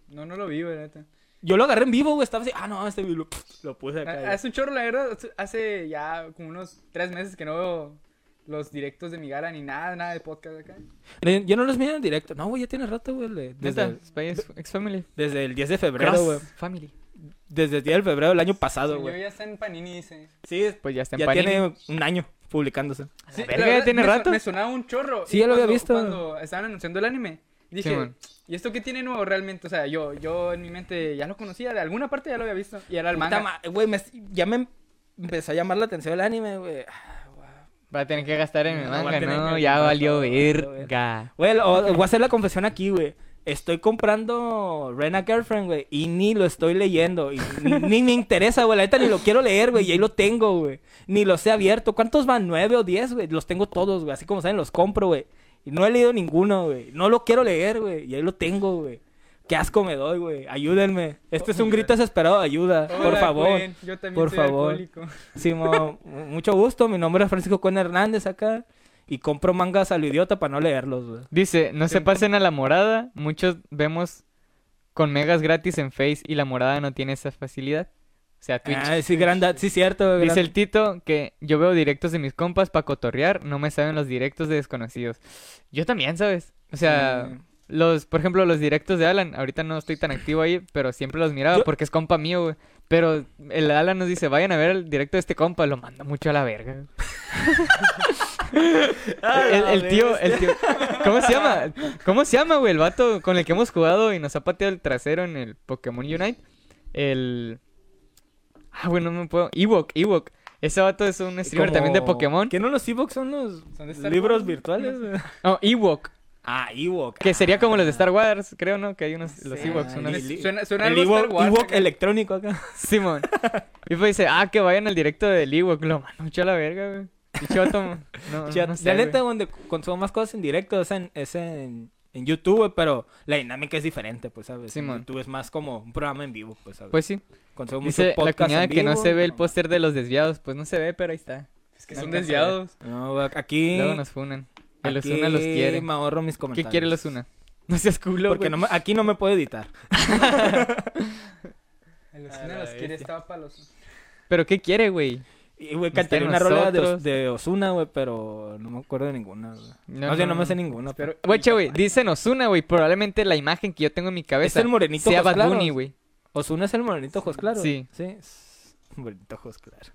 No, no lo vi, güey, la neta.
Yo lo agarré en vivo, güey. Estaba así, ah, no, este vivo. Lo puse acá.
Ah,
güey.
Hace un chorro, la verdad, hace- hace ya como unos tres meses que no veo los directos de mi gala ni nada, nada de podcast acá.
Eh, Yo no los miro en directo. No, güey, ya tiene rato, güey. le-
Neta,
Desde,
Spy X- X Family.
desde el 10 de febrero, güey.
Family.
Desde el 10 de febrero del año pasado,
Yo
güey.
ya está en Panini, dice.
Sí, es-
Pues ya está en
ya
Panini.
tiene un año publicándose.
Sí, la
verga, ya
verdad,
tiene
me su-
rato.
Me sonaba un chorro.
Sí,
Y
ya lo había
cuando-
visto.
Cuando estaban anunciando el anime, dije,
Simón.
¿y esto qué tiene nuevo realmente? O sea, yo, yo en mi mente ya lo conocía, de alguna parte ya lo había visto. Y era el
Puta
manga.
ma- Güey, me- ya me empezó a llamar la atención el anime, güey.
Va a tener que gastar en el
No, va a
manga,
tener
¿no?
que
Ya
comprar
valió
todo, valió
verga.
Güey, lo- voy a hacer la confesión aquí, güey. Estoy comprando Rena Girlfriend, güey, y ni lo estoy leyendo. Y ni, ni me interesa, güey. La neta ni lo quiero leer, güey. Y ahí lo tengo, güey. Ni los he abierto. ¿Cuántos van? ¿Nueve o diez, güey? Los tengo todos, güey. Así como saben, los compro, güey. Y no he leído ninguno, güey. No lo quiero leer, güey. Y ahí lo tengo, güey. Qué asco me doy, güey. Ayúdenme. Este es un grito desesperado de ayuda. Por
Hola,
favor.
Gwen, yo también
por
soy
favor.
alcohólico.
Simón, mu- mucho gusto. Mi nombre es Francisco Cuen Hernández acá. Y compro mangas a lo idiota para no leerlos, güey.
Dice, no se
Simón.
pasen a la morada. Muchos vemos con megas gratis en Face y la morada no tiene esa facilidad. O sea, Twitch.
Ah, sí, gran da- sí, cierto. güey,
Dice
gran-
el Tito que yo veo directos de mis compas para cotorrear, no me saben los directos de desconocidos. Yo también, ¿sabes? O sea,
Sí.
los, por ejemplo, los directos de Alan, ahorita no estoy tan activo ahí, pero siempre los miraba
Yo-
porque es compa mío, güey. Pero el Alan nos dice, vayan a ver el directo de este compa, lo manda mucho a la verga. el, el tío, el tío, ¿cómo se llama? ¿Cómo se llama, güey? El vato con el que hemos jugado y nos ha pateado el trasero en el Pokémon Unite. El... Ah, güey, no me puedo... Ewok, Ewok. Ese vato es un streamer
Como-
también de Pokémon.
¿Que no los Evox son los
Son de Star
libros
Wars.
virtuales? güey?
No, Ewok.
ah, Ewok.
Que sería como los de Star Wars, creo, ¿no? Que hay unos... los
Ah. Sí,
Ewoks.
ah,
unos-
el-
Suena- suena
el
algo Star
Ewok,
Wars
Ewok
acá.
electrónico acá.
Simón. Y pues dice, ah, que vayan al directo del Ewok. Lo mando mucho a la verga, güey. Y Choto. No,
Chat.
Ah, no
la
sé,
neta,
güey.
donde consumo más cosas en directo es en, es en en YouTube, güey, pero la dinámica es diferente, pues, ¿sabes? En
Simón.
YouTube es más como un programa en vivo, pues, ¿sabes?
Pues sí.
Consumo mucho
Dice la
podcast
cuñada
en
que no
vivo.
se ve el póster de los desviados. Pues no se ve, pero ahí está.
Es que
No
son
alcanza a ver.
desviados.
No, güey, aquí...
Luego nos funan. Que los
aquí
una los quiere.
me ahorro mis
¿Qué
comentarios.
quiere los una? No seas culo,
Porque
güey.
no me- aquí no me puedo editar.
El
A la
Osuna los quiere,
bestia.
estaba para los.
Pero ¿qué quiere, güey?
Y, güey,
Nos
cantaré
quieren
una rola de, Os-
nosotros.
de Osuna, güey, pero no me acuerdo de ninguna, güey. No,
No,
o sea, no
no,
me sé ninguna.
Pero,
Pero
güey, che, güey, dicen Osuna, güey. Probablemente la imagen que yo tengo en mi cabeza
el morenito
sea
ojos
Bad Bunny,
claros.
güey.
Osuna es el morenito ojos claro.
Sí.
Sí. es- Morenito ojos claro.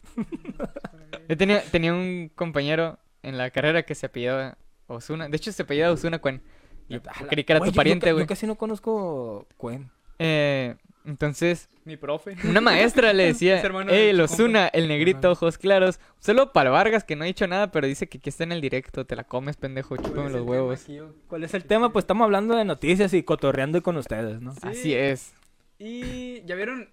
Yo tenía, tenía un compañero en la carrera que se apellidaba Osuna. De hecho, se apellidaba Osuna, Cuen. Yo
Ah,
creí que era
Güey,
tu
yo-
pariente,
yo-
güey.
Yo casi no conozco Cuen.
Eh, entonces,
Mi profe.
una maestra le decía,
Es hermano de
hey,
tu
Osuna, el negrito, ojos claros. Solo para Vargas, que no ha dicho nada, pero dice que aquí está en el directo. Te la comes, pendejo, chúpame los huevos.
¿Cuál es el tema? Pues estamos hablando de noticias y cotorreando con ustedes, ¿no?
Sí.
Así es.
Y ya vieron,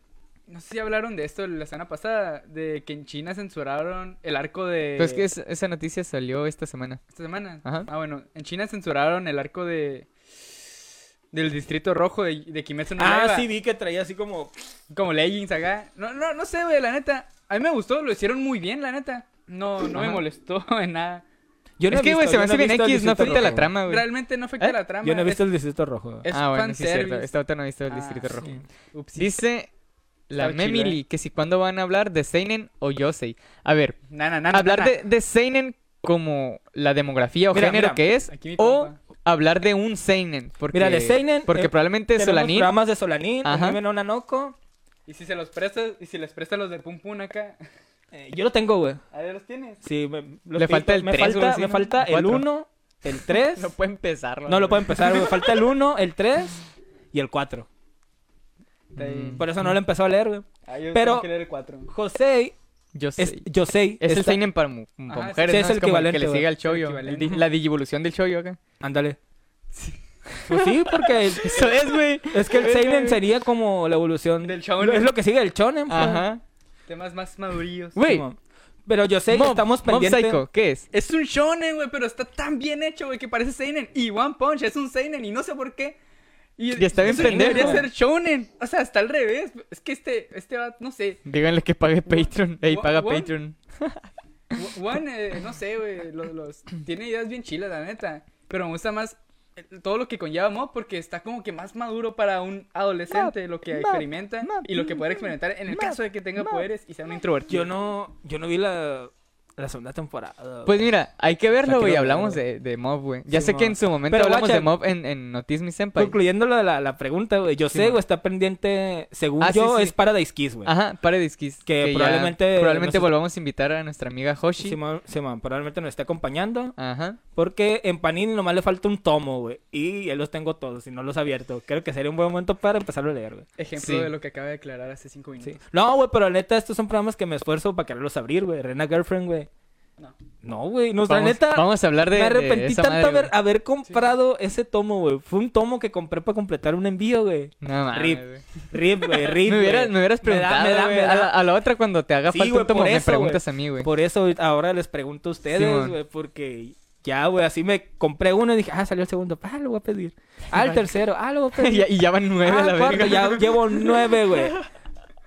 no sé si hablaron de esto la semana pasada, de que en China censuraron el arco de...
Pues
Eh.
que es- esa noticia salió esta semana.
Esta semana.
Ajá.
Ah, bueno, en China censuraron el arco de... Del distrito rojo de, de Kimetsu no
Ah,
Yaiba.
sí, vi que traía así como...
Como leggings acá. No, no, no sé, güey, la neta. A mí me gustó, lo hicieron muy bien, la neta. No, no me
Ajá.
molestó en nada.
Yo no
es
he
que, güey,
visto-
se
yo
me hace
no he
bien
visto el
X, no
Distrito
afecta la
Rojo.
trama, güey.
Realmente no afecta
¿Eh?
la trama.
Yo no he
es-
visto el Distrito Rojo. güey.
es
Ah, bueno, sí, es cierto.
fanservice.
Esta otra no ha visto el
Ah,
Distrito Rojo.
sí. Ups,
Dice la
Estaba chido,
Memili
eh.
que si cuando van a hablar de Seinen o Yosei. A ver,
Na,
Ah,
na, na, na,
hablar
na.
de, de Seinen como la demografía o
Mira,
género
mira,
que es,
aquí mi
o
compa.
hablar de un Seinen. Porque,
Mira, de seinen,
Porque
eh,
probablemente
Tenemos
Solanin.
programas de Solanín,
Ajá.
Anime no Nanoko.
Y si se los prestas, y si les prestas los de Pum Pum acá,
Eh, yo lo tengo, güey.
a ver, los tienes.
Sí, me, los que-
Le falta el
me
tres, güey,
falta,
sí,
me
¿no?
falta el
Cuatro.
1, el 3.
No puede empezar.
no lo puedo empezar, güey. Falta el 1, el 3 y el 4.
Está ahí.
Mm.
em- Por eso no lo empezó a leer, güey.
Ah, yo
Pero-
tengo que leer el 4.
Josei,
Yosei.
es,
Es,
Yosei.
el
está-
Seinen para, mu- para
Ajá,
mujeres.
sí,
¿no?
es
es
el
como el que
equivalente,
le sigue
güey.
al Choyo.
El
el di- La digivolución del Choyo acá.
Ándale. Pues sí, porque
Eso es, güey.
es que el
Verga,
Seinen
güey.
sería como la evolución
Del shonen.
Es lo que sigue el Shonen, pues.
Ajá.
Temas más madurillos.
Güey,
Simón. Pero Yosei,
Mob-
estamos
Mob
pendientes.
Psycho, ¿qué es?
Es un shonen, güey, pero está tan bien hecho, güey, que parece seinen. Y One Punch es un seinen y no sé por qué.
Y está bien
eso Debería
pendejo.
ser shonen. O sea, está al revés. Es que este, este va, no sé.
Díganle que pague Patreon. Ey,
Wha-
paga
what?
Patreon.
Wa- One, eh, no sé, güey, los, los- tiene ideas bien chilas, la neta. Pero me gusta más eh, todo lo que conlleva Mob porque está como que más maduro para un adolescente, lo que experimenta y lo que puede experimentar en el caso de que tenga poderes y sea un introvertido.
Yo no, yo no vi la, la segunda temporada.
Pues mira, hay que verlo, güey.
quiero
Hablamos
ver,
de, de Mob, güey. Ya sé
Simón.
que en su momento
Pero
hablamos
guacha-
de Mob en, en Notice Me Senpai.
Concluyendo la, la, la pregunta, güey. Yo sé,
man.
güey, está pendiente. Según
Ah, sí,
yo,
sí.
es Paradise Kiss, güey.
Ajá, Paradise Kiss.
Que
ya
probablemente-
probablemente
no sé-
volvamos a invitar a nuestra amiga Hoshi.
Simón, Simón, probablemente nos esté acompañando.
Ajá.
Porque en Panini nomás le falta un tomo, güey. Y ya los tengo todos y no los he abierto. Creo que sería un buen momento para empezarlo a leer, güey.
Ejemplo
Sí.
de lo que acaba de declarar hace cinco minutos.
Sí. No, güey, pero la neta, estos son programas que me esfuerzo para quererlos abrir, güey. Rena Girlfriend, güey.
No.
No, güey. No, Pues, la
Vamos,
neta.
vamos a hablar de.
me
de
arrepentí
esa
tanto
madre,
haber,
güey.
haber comprado ese tomo, güey. Fue un tomo que compré para completar un envío, güey.
No mames,
Rip.
güey.
Rip, güey, rip.
Me hubieras,
güey.
me hubieras
Me da-
preguntado.
me da-
güey.
me
A,
da-
la, a la otra, cuando te haga
Sí,
falta
güey,
un tomo,
por
me
eso, güey.
preguntas a mí, güey.
Por eso ahora les pregunto a ustedes,
Simón.
güey, porque ya, güey, así me compré uno y dije, ah, salió el segundo, ah, lo voy a pedir. Ah, el
Vale.
tercero, ah, lo voy a
y,
pedir.
ya- y ya van nueve
Ah,
a la
cuarto,
verga.
ya llevo nueve, güey.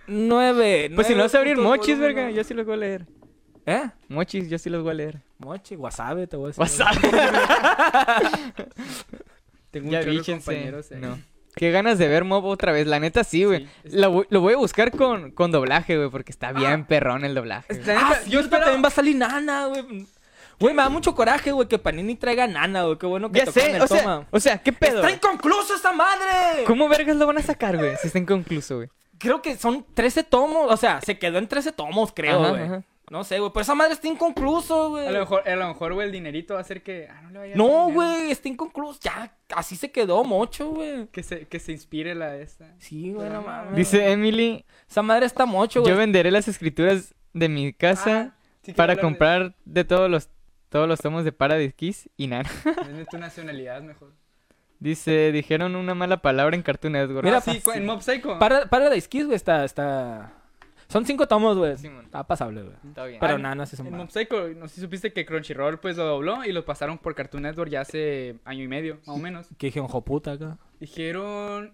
Nueve.
Pues si no
nueve
vas a abrir
puntos por
mochis,
uno.
verga, yo sí los voy a leer.
¿Eh?
Mochis, yo sí los voy a leer.
Mochi, wasabi, te voy a decir.
WhatsApp.
Tengo
Ya
un chorro de
víchense.
compañeros. eh.
No. Qué ganas de ver Mob otra vez. La neta sí, güey.
Sí. Ah.
La voy- Lo voy a buscar con, con doblaje, güey, porque está bien perrón el doblaje. güey.
La neta,
Ah,
yo
yo
esperaba-
también va a salir Nana, güey. Güey, me da mucho coraje, güey, que Panini traiga Nana, güey. Qué bueno que
Ya
tocaron
sé,
el
o sea,
toma.
o sea, ¿qué pedo?
¡Está inconcluso esta madre!
¿Cómo vergas lo van a sacar, güey? Si está inconcluso, güey.
Creo que son 13 tomos. O sea, se quedó en 13 tomos, creo,
Ajá,
güey.
ajá.
No sé, güey. Pero esa madre está inconcluso, güey.
A lo mejor, a lo mejor, güey, el dinerito va a hacer que. Ah, no le vaya a dar
No,
dinero.
güey. Está inconcluso. Ya, así se quedó mocho, güey.
Que se, que se inspire la esta.
Sí, güey, no
Ah.
mames.
Dice Emily,
Esa madre está mocho,
yo
güey.
venderé las escrituras de mi casa
Ah, sí quiero
para
hablar de-
comprar de todos los todos los tomos de Paradise Kiss y nada.
de tu nacionalidad mejor.
Dice, dijeron
Ah,
una mala palabra en Cartoon Network.
Mira,
Sí, cu- en Mob Psycho.
Para, para la esquís, güey. Está, está. Son cinco tomos, güey.
Simón.
Está pasable, güey.
Está bien.
Pero
Ah,
nada, no se
En
son
Mob Psycho, no sé si supiste que Crunchyroll pues lo dobló y lo pasaron por Cartoon Network ya hace año y medio, más o menos.
Que dije un joputa acá.
Dijeron...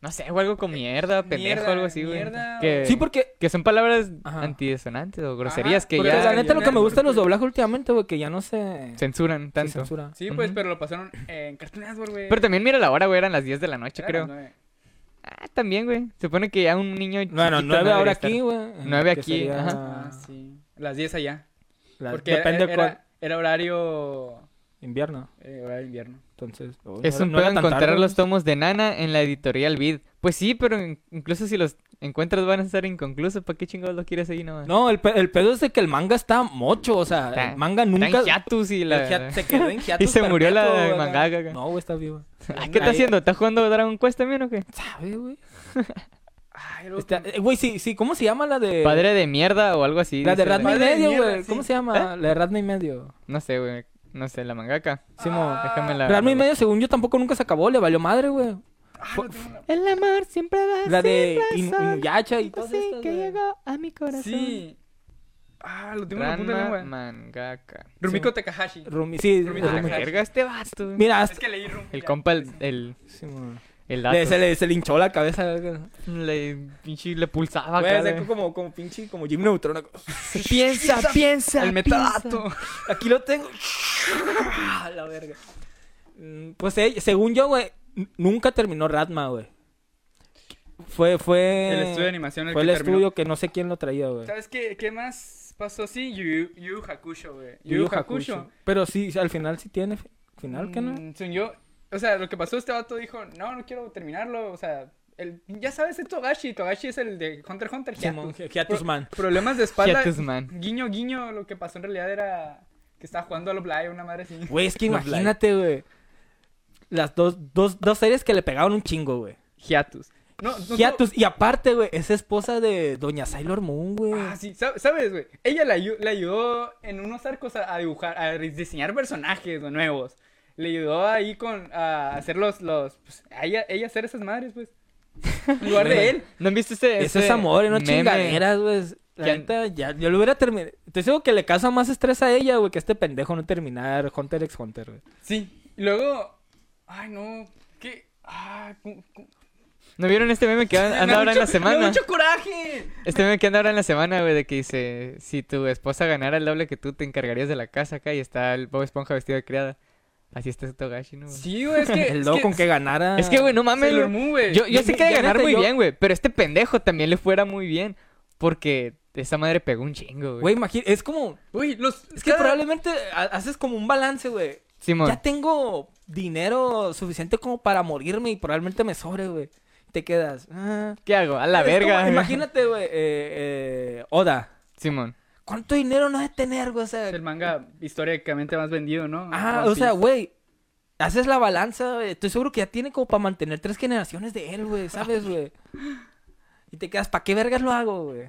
No sé, o algo con mierda, pendejo,
Eh, mierda,
algo así, güey.
mierda,
Que,
o-
Sí, porque.
que son palabras
Ajá.
antidesonantes o groserías
Ajá,
que
porque
pero
ya
la neta, lo que me
ya-
gusta de los doblajes últimamente, güey, que ya no se.
censuran
se
tanto.
censura.
Sí, pues,
Ujú.
pero lo pasaron en Cartoon Network, güey.
Pero también mira la hora, güey, eran las 10 de la noche,
Era
creo.
las nueve.
Ah, también, güey. Se supone que ya un niño
Bueno, nueve
chiquito no
ahora
debería estar-
aquí, güey.
Nueve
que
aquí,
sería
ajá.
Ah, sí. Las 10 allá.
la-
Porque era-
depende
era,
cuál.
era horario...
Invierno.
eh, horario de invierno.
Entonces. oh,
Es
no-
un
no era tan
pedo
tarde,
encontrar
güey.
los tomos de Nana en la editorial Vid. Pues sí, pero in- incluso si los encuentras van a estar inconclusos. ¿Para qué chingados lo quieres ahí nomás?
No, el, pe- el pedo es de que el manga está mocho, o sea,
Está-
el manga
Está
nunca...
en hiatus y la...
el hiat- se quedó en hiatus
Y se murió la
perpetuo, güey,
mangaka,
acá.
acá.
No, güey, está viva.
Ah, ¿Qué está
Ahí-
haciendo? ¿Estás jugando Dragon Quest también o qué?
¿Sabe, güey?
Ay, luego
Está- eh, Güey, sí, sí, ¿cómo se llama la de...
Padre de mierda o algo así.
La de
dice la-
Radna y
Padre de
medio,
mierda,
güey.
sí.
¿Cómo se llama? La de Radna y medio.
No sé, güey. No sé, la mangaka.
Sí, mo-
Déjame Ah, la...
Radna y Ah, medio, según yo, tampoco nunca se acabó. Le valió madre, güey.
Ah, lo tengo en la-
El amor siempre da
La de
sin
In-
razón.
Inuyasha y todo
Así
eso,
ah, pues que llegó a mi corazón.
Sí. Ah, lo tengo en la punta de la
Ranma
lengua.
mangaka.
Rumiko Takahashi.
Rumi, sí.
Rumi
Rumi-
Ah,
Takahashi.
verga este vato. güey.
Mira,
Es
hasta-
que leí Rumiko.
El compa, el, el,
sí, mo. Le-
el dato.
se, le, se le hinchó la cabeza. güey.
Le, pinche, le pulsaba
Güey,
acá,
sacó
güey.
como, como pinche, como Jim Neutron. acá.
Piensa, piensa,
El metadato.
Aquí lo tengo. A la verga. Mm, Pues eh, según yo, güey, n- nunca terminó Ratma, güey. Fue, fue.
El estudio de animación el
Fue el
que
estudio
terminó.
que no sé quién lo traía, güey.
¿Sabes qué, qué más pasó así? Yu Yu- Yu Hakusho, güey.
Yu Yu Hakusho. Pero sí, al final sí tiene fi- final, ¿qué no?
Mm, según yo, o sea, lo que pasó, este vato dijo, no, no quiero terminarlo, o sea, el, ya sabes, es Togashi, Togashi es el de Hunter x Hunter,
Simón,
hiatus.
Hiatus
Pro-
Man.
Problemas de espalda,
Hiatus Man.
guiño, guiño, lo que pasó en realidad era que estaba jugando a lo Bly, una madre así.
Güey, es que
Love Live.
imagínate, güey. Las dos, dos, dos series que le pegaban un chingo, güey.
Hiatus. No, no,
Hiatus. Y aparte, güey, es esposa de Doña Sailor Moon, güey.
tuvo- Ah, sí, sab- ¿sabes, güey? Ella le, ayu- le ayudó en unos arcos a, a dibujar, a diseñar personajes güey, nuevos. Le ayudó ahí con, a hacer los, los, pues, a ella, ella hacer esas madres, pues. En lugar de él.
¿No han visto este?
Eso
este
es amor, y no
meme?
chingaderas, güey. La
Que-
neta, ya, yo lo hubiera terminado. Te digo que le causa más estrés a ella, güey, que este pendejo no terminar Hunter x Hunter, güey.
Sí, y luego. Ay, no. ¿Qué? Ah, cu- cu-
¿No vieron este meme que
me
anda
da
ahora
mucho-
en la
Me da
semana?
mucho coraje.
Este meme que anda ahora en la semana, güey, de que dice, si tu esposa ganara el doble que tú, te encargarías de la casa acá y está el Bob Esponja vestido de criada. Así está ese Togashi, ¿no? güey?
Sí, güey, es que.
El
es
loco
que-
con que ganara.
Es que, güey, no mames,
Sailor
güey.
Moon, güey.
Yo, yo
Yo-
sé que ha de
yo
ganar
neta,
muy
yo-
bien, güey, pero este pendejo también le fuera muy bien porque esa madre pegó un chingo,
Güey,
güey.
imagínate, es como.
Güey, los.
Es que
cada-
probablemente ha- haces como un balance, güey.
Simón.
Ya tengo dinero suficiente como para morirme y probablemente me sobre, güey. Te quedas. ah.
¿Qué hago? A la
Es como,
verga. güey.
imagínate, güey, eh, eh, Oda.
Simón.
¿Cuánto dinero no has de tener, güey? O sea,
Es el manga históricamente más vendido, ¿no?
ah,
One
o sea,
Piece.
güey. Haces la balanza, güey. Estoy seguro que ya tiene como para mantener tres generaciones de él, güey. ¿Sabes, güey? Y te quedas, ¿para qué vergas lo hago, güey?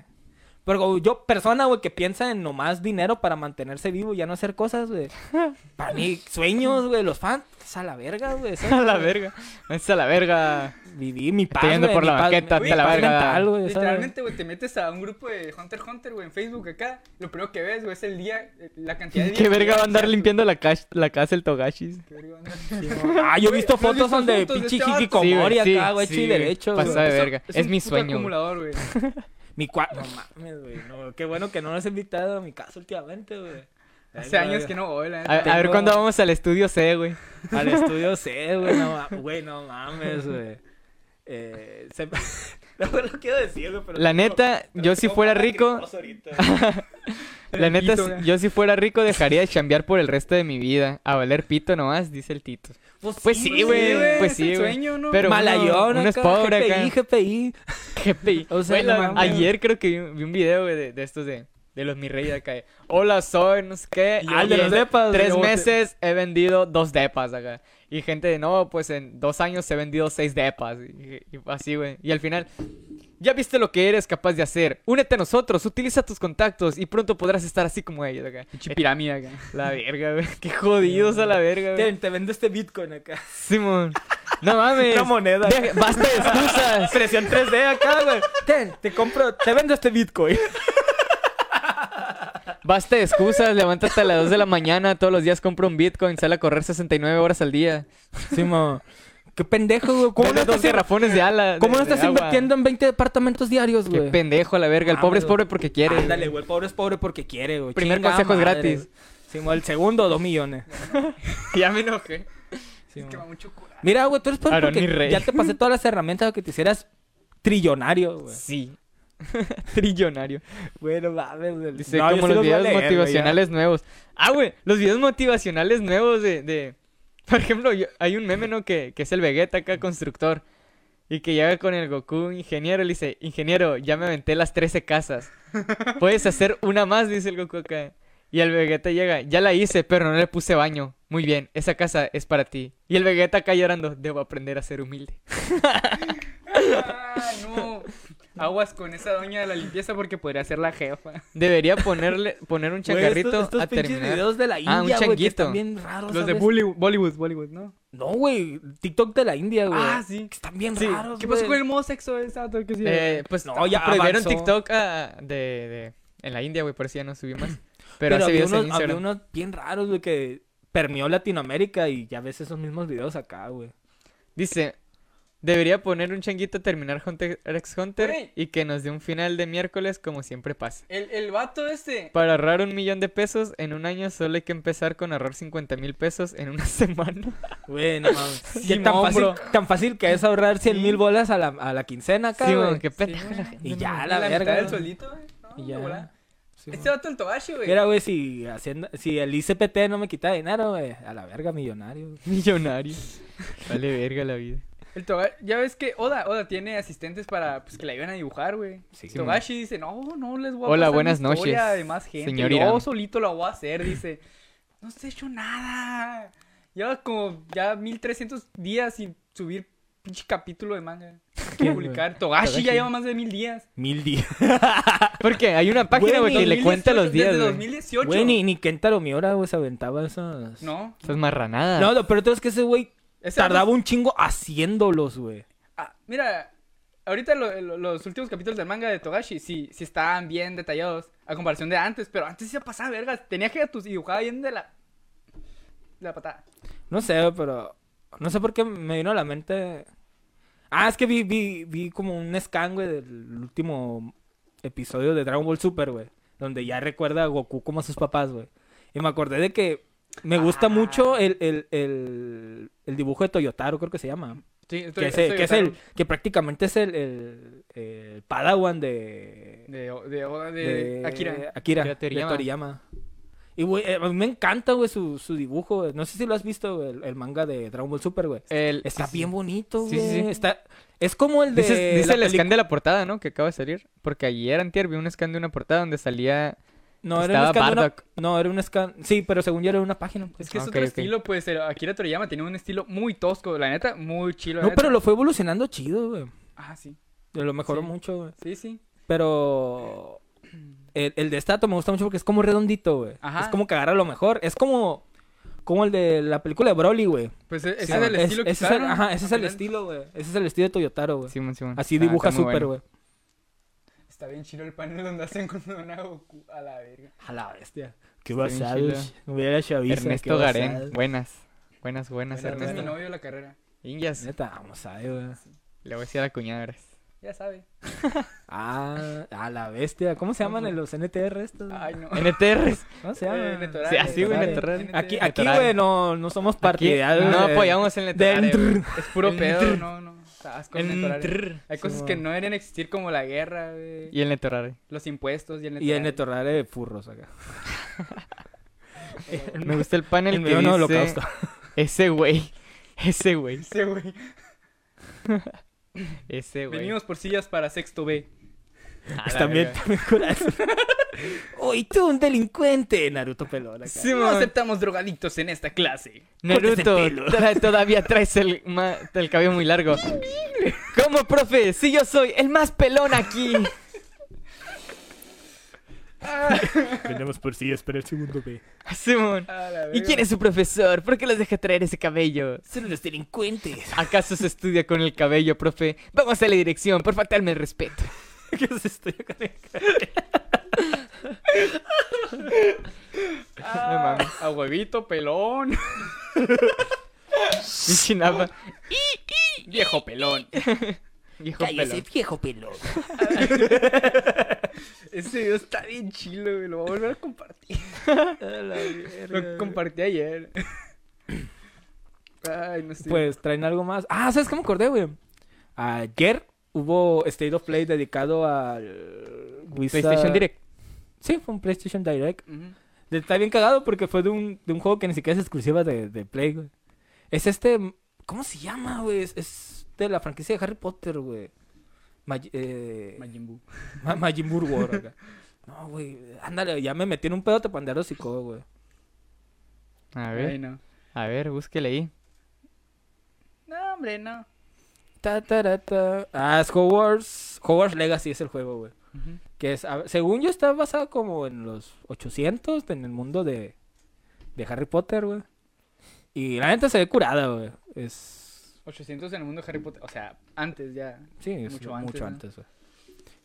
Pero como yo, persona, güey, que piensa en nomás dinero para mantenerse vivo y ya no hacer cosas, güey. Para mí, sueños, güey, los fans, a la verga, güey. ¿sabes?
A la verga. Es a la verga.
Viví mi paz,
Estoy yendo
güey,
por
mi
la
paz-
banqueta,
mi
te la
paz
verga.
mental, güey, ¿sabes?
Literalmente, güey, te metes a un grupo de Hunter x Hunter, güey, en Facebook acá. Lo primero que ves, güey, es el día, eh, la cantidad de días
¿Qué
que
verga va a
lleva
andar
el hiatus.
limpiando la, cas- la casa el Togashi?
Qué verga va a andar-
Ah, yo he visto
Güey, ¿no has
fotos
visto
donde
fotos de
pinche
este vato?
hikikomori
Sí, güey,
acá, güey,
sí,
hecho y
güey.
derecho, güey.
Pasado de verga. Es
un
mi
puto
sueño, güey.
acumulador, güey.
Mi cua... No mames, güey. No, qué bueno que no nos has invitado a mi casa últimamente, güey.
Hace años que no voy, la
A,
neta.
a ver
Tengo-
cuándo vamos al estudio C, güey.
Al estudio C, güey. No, ma- güey, no mames, güey. Eh, se- No me lo quiero decir, güey, pero...
La neta,
pero
yo si
tengo
fuera
más
rico,
lacrimoso ahorita, güey.
la neta,
Pito,
si-
güey.
yo si fuera rico dejaría de chambear por el resto de mi vida. A valer pito nomás, dice el Tito. Pues sí, güey, pues
es el
sí, güey.
sueño, ¿no?
Pero uno-
Malayón,
uno es
acá,
pobre
GPI,
acá.
GPI.
GPI.
O sea,
Güey, la-
no mames.
ayer creo que vi, vi un video, güey, de, de estos de... de los mi rey de acá. Hola, soy, no sé qué.
Y yo, el de los
alguien,
depas, y
Tres
luego te-
meses he vendido dos depas acá. Y gente de, no, pues en dos años he vendido seis depas. Y, y así, güey. Y al final, ya viste lo que eres capaz de hacer. Únete a nosotros, utiliza tus contactos y pronto podrás estar así como ellos acá.
Pinche pirámide acá.
La verga, güey. Qué jodidos a la verga,
Te,
güey.
te vendo este Bitcoin acá.
Simón. No mames.
Una moneda.
Deja- basta de excusas.
Presión 3D acá, güey. Ten, te compro, te vendo este Bitcoin.
Basta de excusas. Levántate a las 2 de la mañana. Todos los días compra un Bitcoin. Sale a correr 69 horas al día.
Sí, mo. Qué pendejo, güey. ¿Cómo
Vende
no
dos
estás,
garrafones de ala.
cómo
de-
no
de
estás
agua.
invirtiendo en 20 departamentos diarios,
Qué
güey?
pendejo a la verga. El pobre es
Vámonos.
pobre porque quiere.
Ándale, güey. El pobre es pobre porque quiere, güey.
Primer
Chinga
consejo es
madre,
gratis.
güey. Sí, mo. El segundo, dos millones.
ya me enojé.
Sí,
Es que
mo.
va mucho cura.
Mira, güey, tú eres pobre
Aaron y
porque
Rey.
ya te pasé todas las herramientas para que te hicieras trillonario, güey.
Sí. Trillonario.
Bueno, mames, güey.
Dice,
No, yo
como
sí
los
voy a
videos
leer, güey, ya.
motivacionales nuevos. Ah, güey, los videos motivacionales nuevos de... de- Por ejemplo, yo- hay un meme, ¿no? Que, que es el Vegeta acá, constructor. Y que llega con el Goku, ingeniero, y le dice, ingeniero, ya me aventé las 13 casas. Puedes hacer una más, dice el Goku acá. Y el Vegeta llega, ya la hice, pero no le puse baño. Muy bien, esa casa es para ti. Y el Vegeta acá llorando, debo aprender a ser humilde.
Ah, no. Aguas con esa doña de la limpieza porque podría ser la jefa.
Debería ponerle, poner un
Güey,
changarrito
estos, estos
a
pinches
terminar. Ah,
videos de la India,
un
güey, que
changuito.
están bien raros.
Los de
¿sabes?
Bollywood, Bollywood, Bollywood, ¿no?
No, güey, TikTok de la India, güey.
Ah, sí.
Que están bien
Sí.
raros,
¿Qué pasó
güey.
con el modo sexo de esa? ¿Qué sí?
Eh, pues
No, ya
prohibieron
avanzó.
TikTok ah, de, de- en la India, güey, por eso ya no subí más.
Pero,
Pero, hace
había,
videos en
unos, había
Instagram.
unos bien raros, güey, que permeó Latinoamérica y ya ves esos mismos videos acá, güey.
Dice, debería poner un changuito a terminar Hunter x Hunter
Güey.
y que nos dé un final de miércoles como siempre pasa.
El, el vato este.
Para ahorrar un millón de pesos en un año solo hay que empezar con ahorrar 50 mil pesos en una semana.
Güey, no mames. Ya
Simón,
tan, fácil,
bro.
tan fácil que es ahorrar 100 mil bolas a la, a la quincena acá,
Sí,
güey.
güey, qué pendejo la gente.
y ya,
A
la,
la,
verga.
mitad del
güey.
sueldito, güey. No,
Y
de volada.
ya. Sí,
Este
güey.
vato el Tobashi, güey.
Mira, güey, si, haciendo, si el ICPT no me quita dinero, güey, a la verga, millonario. güey.
Millonario. Vale verga la vida.
El Toga- Ya ves que Oda, Oda tiene asistentes para pues, que la ayuden a dibujar, güey.
Sí,
Togashi dice, no, no les voy a
Hola,
pasar mi
buenas
historia
noches,
de más gente.
señor
Yo
Irán".
solito la voy a hacer, dice. No se ha hecho nada. Lleva como ya 1300 días sin subir pinche capítulo de manga. Que
¿Quién,
publicar. Togashi,
Togashi.
ya lleva más de mil días.
Mil días.
Porque hay una página, güey,
Güey,
que le cuenta los
2018,
días,
Desde
güey.
2018.
Güey, ni, ni Kentaro Miura, güey, se aventaba esas...
No.
Estás marranada.
No, lo peor de todo es que ese güey
Ese
tardaba un chingo haciéndolos, güey.
Ah, mira, ahorita lo- lo- los últimos capítulos del manga de Togashi sí, sí estaban bien detallados a comparación de antes, pero antes sí se pasaba vergas. Tenía que tus y dibujaba bien de la. De la patada.
No sé, güey, pero. No sé por qué me vino a la mente. Ah, es que vi, vi, vi como un scan, güey, del último episodio de Dragon Ball Super, güey. Donde ya recuerda a Goku como a sus papás, güey. Y me acordé de que me gusta
Ah.
mucho el, el, el, el dibujo de Toyotaro, creo que se llama.
Sí,
Que, es el, que, es el, que prácticamente es el, el, el Padawan de,
De, de Oda de, Akira.
Akira,
Akira
de
Toriyama.
Toriyama. Y, güey, eh, a mí me encanta, güey, su, su dibujo. güey. No sé si lo has visto, güey, el, el manga de Dragon Ball Super, güey.
El-
Está
sí, sí,
bien bonito,
Sí,
güey.
sí, sí.
Está... Es como el de...
Dices- dice
la
el
peli-
scan de la portada, ¿no? Que acaba de salir. Porque ayer antier vi un scan de una portada donde salía...
No, era un
estaba
scan de una-
Bardock.
No, era un scan... Sí, pero según yo era una página. pues.
Es que es
Ok,
otro
ok.
estilo, pues el Akira Toriyama tenía un estilo muy tosco, la neta, muy chilo. la
No,
neta.
pero lo fue evolucionando chido, güey.
Ah, sí.
Lo mejoró
Sí.
mucho, güey.
Sí, sí.
Pero... El, el de Stato me gusta mucho porque es como redondito, güey.
Ajá.
Es como que agarra lo mejor. Es como... Como el de la película de Broly, güey.
Pues e- ese
Sí,
es
güey.
el estilo que
ese es el-
usaron,
Ajá, ese es el
al final.
estilo, güey. Ese es el estilo de Toyotaro, güey.
Simón, Simón.
Así
Ah,
dibuja
está muy
súper,
bueno.
güey.
Está bien chilo el panel donde hacen con una Goku a la verga.
A la bestia. Qué
bien
basado.
chido.
Hubiera chaviza. qué
Ernesto
basado.
Garén. Buenas. Buenas, buenas,
Ese este es mi
Ernesto.
novio de la carrera.
Ingas.
Neta, vamos a ver, güey.
Le voy a decir a la cuñada. ahora.
Ya sabe.
Ah, a la bestia. ¿Cómo se llaman los NTR estos? güey?
Ay, no.
NTR.
¿Cómo se
Eh,
llaman?
Netorare,
Sí, así, güey,
Netorare.
Netorare.
Aquí,
NTR.
aquí,
Netorare.
güey, no, no somos
Aquí
partidarios.
no
de-
apoyamos el
del
NTR. güey.
Es puro
El
pedo,
trrr.
no, no. Está asco el
El
Netorare.
trrr.
Hay cosas
Sí,
que
mo.
no deberían existir como la guerra, güey,
Y el Netorare.
Los impuestos y el
Y el
Netorare.
netorrare de furros acá.
Me gusta el panel
El
que
mío no
dice...
holocausto.
Ese güey. Ese güey.
Sí, güey.
Ese güey.
Venimos por sillas para sexto B.
A la
Están bien,
verga.
también curadas. Uy, tú, un delincuente. Naruto pelón acá.
Sí,
No
mon.
aceptamos drogadictos en esta clase.
Naruto,
Cortes el pelo.
tra- todavía traes el, ma- el cabello muy largo. ¿Cómo, profe? Si yo soy el más pelón aquí.
Tenemos por sí, espera el segundo B.
Simón.
A la
¿Y
verga.
quién es su profesor? ¿Por qué los deja traer ese cabello?
Son los delincuentes.
¿Acaso se estudia con el cabello, profe? Vamos a la dirección, por faltarme el respeto.
¿Qué es esto? Yo creo que-
No mames.
Ah.
A huevito, pelón.
Pinche napa.
Viejo pelón.
Viejo pelón.
viejo pelón.
Ese video está bien chilo, güey. Lo voy a volver a compartir. Lo compartí ayer. Ay, no sé.
Pues traen algo más. Ah, ¿sabes qué me acordé, güey? Ayer hubo State of Play dedicado al. Wizard-
PlayStation Direct.
Sí, fue un PlayStation Direct.
Ujú.
Está bien cagado porque fue de un, de un juego que ni siquiera es exclusiva de, de Play, güey. Es este. ¿Cómo se llama, güey? Es, es de la franquicia de Harry Potter, güey. May- eh,
Majin Buu.
Ma- Majin Buu War, acá. No, güey. Ándale, ya me metí en un pedote pandero hocico, güey.
A
Ay,
ver,
no.
a ver, búsquele ahí.
No, hombre, no.
Ta, ta, ra, ta. Ah, es Hogwarts. Hogwarts Legacy es el juego, güey.
Ujú.
Que es, a- según yo, está basado como en los 800, en el mundo de, de Harry Potter, güey. Y la neta se ve curada, güey. Es.
800 en el mundo de Harry Potter. O sea, antes ya.
Sí, es mucho,
Mucho antes, ¿no?
antes, güey.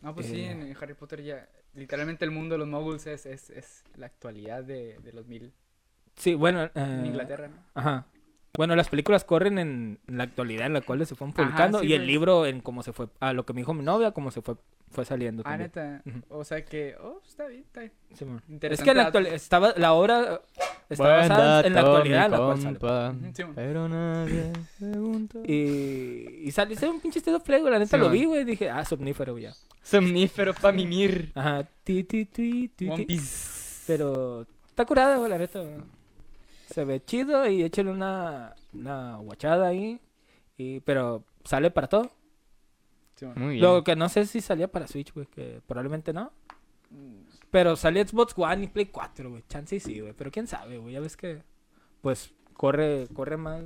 No, pues sí,
Eh.
en Harry Potter ya. Literalmente el mundo de los moguls es, es, es la actualidad de, de los mil.
Sí, bueno.
En
Ah,
eh,
Inglaterra, ¿no?
Ajá. Bueno, las películas corren en la actualidad en la cual se fueron
Ajá,
publicando
sí,
y el
güey.
libro en cómo se fue, a lo que me dijo mi novia, cómo se fue, fue saliendo.
Ah,
también.
neta.
Ujú.
O sea que. Oh, está bien, está bien.
Sí, mon. es
Interesante
que en la
dato.
actualidad estaba la obra está basada en la actualidad en la cual sale.
Ujú, sí, mon.
pero nadie preguntó.
Y, y saliste un pinche State of Play, güey. La neta
Sí,
lo
mon.
vi, güey. Dije, ah, somnífero, güey, ya.
Somnífero pa' mimir.
Ajá. Ti, ti, ti, ti,
One
ti.
Piece.
Pero está curada, güey, la neta. güey. Se ve chido y échale una, una guachada ahí. Y, pero sale para todo.
Sí, bueno.
Muy bien.
Lo que no sé si salía para Switch, güey, que probablemente no. Pero sale Xbox One y Play 4, güey. Chance y sí, güey. Pero quién sabe, güey. Ya ves que, pues, corre, corre más,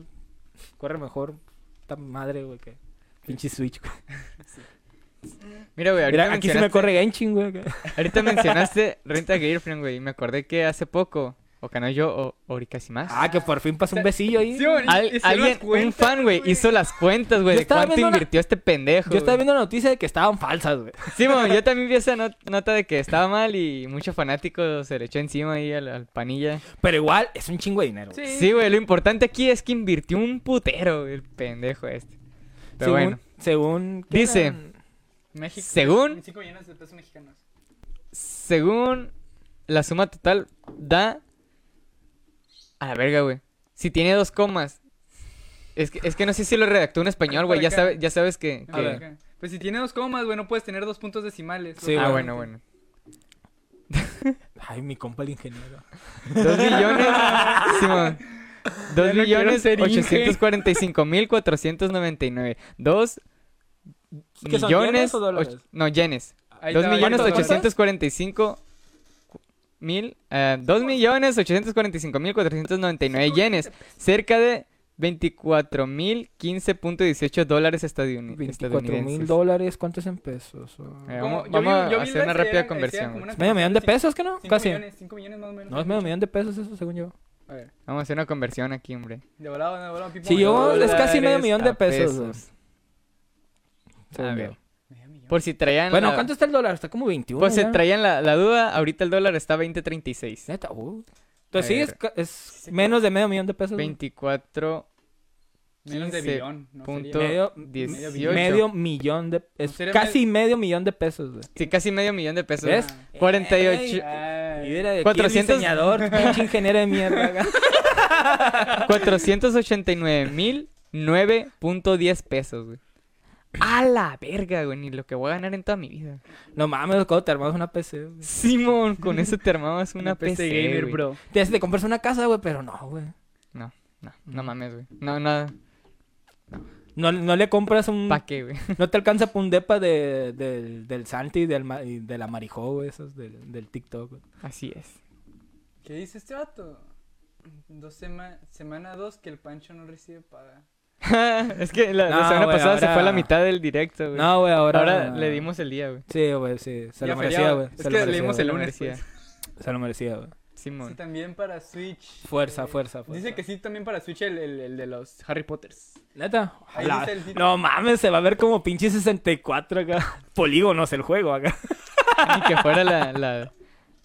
corre mejor esta madre, güey, que pinche Switch, güey.
Mira, güey, ahorita
Mira, aquí se me
mencionaste-
corre Genshin, güey. acá.
Ahorita mencionaste Renta Girlfriend, güey. y Me acordé que hace poco, o Canoyo o Oricasi más.
Ah, que por fin pasó un besillo ahí.
Sí, bueno,
Al-
hicieron
alguien,
las cuentas,
un fan, güey, hizo las cuentas, güey,
Yo
de
estaba
cuánto
viendo una-
invirtió este pendejo.
Yo estaba
güey.
viendo la noticia de que estaban falsas, güey.
Sí, mon, yo también vi esa not- nota de que estaba mal y muchos fanáticos se le echó encima ahí al, al panilla.
Pero igual, es un chingo de dinero. güey.
Sí, güey, lo importante aquí es que invirtió un putero, güey, el pendejo este. Pero
según,
bueno,
según... ¿qué
Dice-
eran?
México.
Según-
5 millones de pesos mexicanos.
según la suma total da... A la verga, güey. Si tiene dos comas. Es que, es que no sé si lo redactó un español, güey, ya,
Acá.
sabe, ya sabes que...
A
que-
ver.
ver. Pues si tiene dos comas, güey, no puedes tener dos puntos decimales.
Sí,
Ah,
güey.
bueno, bueno.
Ay, mi compa el ingeniero.
Dos millones. Simón. Dos
Ya no quiero
millones
ser Inge.
ochocientos cuarenta y cinco mil cuatrocientos noventa y nueve. Dos
¿Qué son, yenes
millones. este,
o dólares?
och- No, yenes.
Ahí
dos
está,
millones
¿cuánto,
ochocientos cuarenta y cinco mil. eh, dos millones ochocientos cuarenta y cinco mil cuatrocientos noventa y nueve yenes. Cerca de veinticuatro mil quince punto dieciocho dólares estadouni-
24 mil
estadounidenses.
dólares, ¿cuántos en pesos? Ah.
Eh,
güey? Como-
vamos
yo vi-
vamos
yo
a
vi
hacer una
las que eran- que
rápida
decían
conversión.
como
güey.
unas
¿Medio millón de
5
pesos, que no?
Cinco
Casi.
millones, cinco millones más o menos.
No, es medio millón de pesos eso, según yo.
A ver,
Vamos a hacer una conversión aquí, hombre.
de volado, de volado. pipo,
Sí,
de
yo-
volado.
es casi medio
Dólares
millón de
a
pesos, güey.
A
Según
ver.
yo.
Medio millón.
Por si traían.
Bueno,
la-
¿cuánto está el dólar? Está como 21.
Pues se
ya.
traían la, la duda, ahorita el dólar está 20.36.
Neta, uh. Entonces
A
sí,
ver.
es, ca- es menos de medio millón de pesos. güey.
24
Menos de
15
billón. No
punto
sería.
Medio-
18.
Medio millón de es
sería
Casi Pues medio millón de pesos, güey.
Sí, casi medio millón de pesos.
¿Ves?
48
Ay,
Y era de
400.
diseñador, pinche ingeniero de mierda. güey.
489.009.10 pesos, güey. A la verga, güey, ni lo que voy a ganar en toda mi vida.
No mames, cuando te armabas una PC, güey.
Simón, con eso te armabas una, PC,
gamer,
güey.
bro.
Te, te compras una casa, güey, pero no, güey.
No, no, no mames, güey. No, nada.
No, no le compras un...
¿Para qué, güey?
No te alcanza pa' un depa de, del- del Santi y, del, ma- y de la Marijó, güey, esos del, del TikTok. güey.
Así es.
¿Qué dice este vato? Dos sema- semana dos que el Pancho no recibe paga.
es que la, la
No,
semana
güey,
pasada se fue a la
ahora-
mitad del directo, güey.
No, güey, ahora...
ahora, le dimos el día, güey.
Sí, güey, sí. Se
Ya
lo merecía,
feriado.
güey.
Es
se
que
lo
le
merecía,
dimos
güey.
el
Se lo
lunes,
merecía.
pues. Se lo merecía, güey.
Sí,
Simón.
también para Switch.
Fuerza, fuerza, fuerza.
Dice que sí, también para Switch el, el- el de los Harry Potters.
¿Neta?
Ahí
La-
dice el título.
No mames, se va a ver como pinche 64 acá. Polígonos el juego acá.
Ni que fuera la, la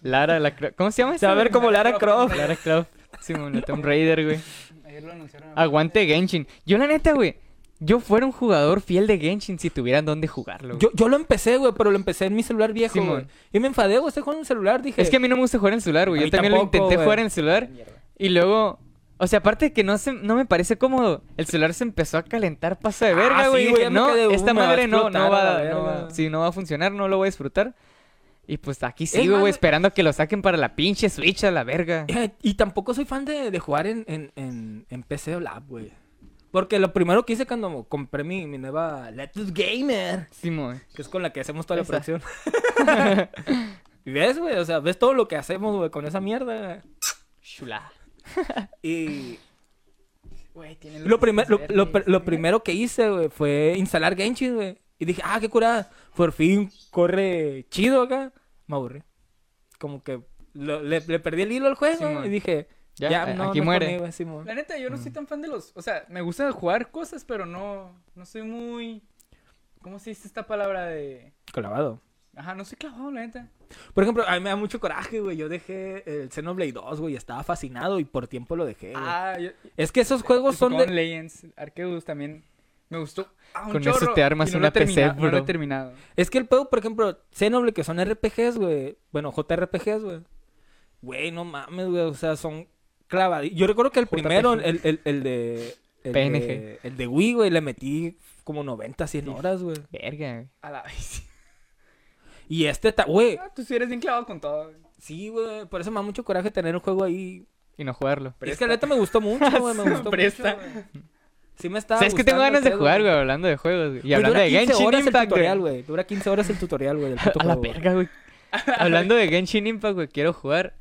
Lara, la Cro- ¿Cómo se llama
Se va a
esa,
ver como Lara Croft.
güey? Lara Croft. Simón, la Tomb Raider, güey.
Ayer lo anunciaron.
Aguante Genshin. Yo la neta, güey. Yo fuera un jugador fiel de Genshin si tuvieran dónde jugarlo. güey.
Yo, yo lo empecé, güey, pero lo empecé en mi celular viejo,
Simón.
güey. Y me enfadé, güey, estoy jugando en el celular, dije.
Es que a mí no me gusta jugar en el celular, güey.
A
Yo
mí
también
tampoco,
lo intenté
güey.
jugar en el celular.
Mierda.
Y luego. O sea, aparte que no se, no me parece cómodo. El celular se empezó a calentar paso de
Ah,
verga,
sí,
güey.
güey, ya
Dije,
me
no,
quedé, uh,
esta
me va a
madre no, no
explotar a
va,
la
no
verga.
va- sí, no va a funcionar, no lo voy a disfrutar. Y pues aquí
Es
sigo,
más,
güey,
güey-
esperando que lo saquen para la pinche Switch a la verga.
Eh, Y tampoco soy fan de, de jugar en, en, en, en PC o Lab, güey. Porque lo primero que hice cuando compré mi, mi nueva Let's Gamer,
Simón.
que es con la que hacemos toda
Esa.
la producción. y ves, güey, o sea, ves todo lo que hacemos, güey, con esa mierda.
Chula.
Y
Güey, tiene
Lo, primer- lo,
los
lo, pr- lo
verdes.
primero que hice, güey, fue instalar Genshin, güey. Y dije, ah, qué curada. Por fin corre chido acá. Me aburrí. Como que lo- le, le perdí el hilo al juego
Simón.
y dije,
Ya,
ya,
eh,
no,
aquí
no
muere.
conmigo, Simón.
La neta, yo no
Mm.
soy tan fan de los. O sea, me gusta jugar cosas, pero no. No soy muy. ¿Cómo se dice esta palabra de.?
Clavado.
Ajá, no soy clavado, la neta.
Por ejemplo, a mí me da mucho coraje, güey. Yo dejé el Xenoblade 2, güey. Estaba fascinado y por tiempo lo dejé, güey.
Ah, yo.
es que esos juegos son de...
Pokémon Legends, Arceus también. Me gustó. Ah, un
Con eso
chorro,
te armas
y no
una
lo he terminado,
PC,
No lo he
bro.
terminado.
Es que el pedo, por ejemplo, Xenoblade, que son RPGs, güey. Bueno, JRPGs, güey. Güey, no mames, güey. O sea, son clavadillos. Yo recuerdo que el primero, el, el, el de... El
PNG.
De, el de Wii, güey, le metí como 90, 100 horas, güey.
Verga, güey.
A la vez.
Y este, ta- güey.
Ah, tú sí eres bien clavado con todo.
Sí, güey. Por eso me da mucho coraje tener un juego ahí.
Y no jugarlo.
Es que la neta me gustó mucho, güey. Me gustó
Presta.
mucho, güey. Sí me estaba
¿Sabes que tengo
gustando
ganas
el
de
pedo,
jugar, güey? Hablando de juegos. güey. Y
Güey,
hablando
dura
de
15
Genshin
horas el
Impact, güey.
tutorial, güey. Dura 15 horas el tutorial, güey, del puto
A la
juego, güey.
verga, güey. Hablando de Genshin Impact, güey, quiero jugar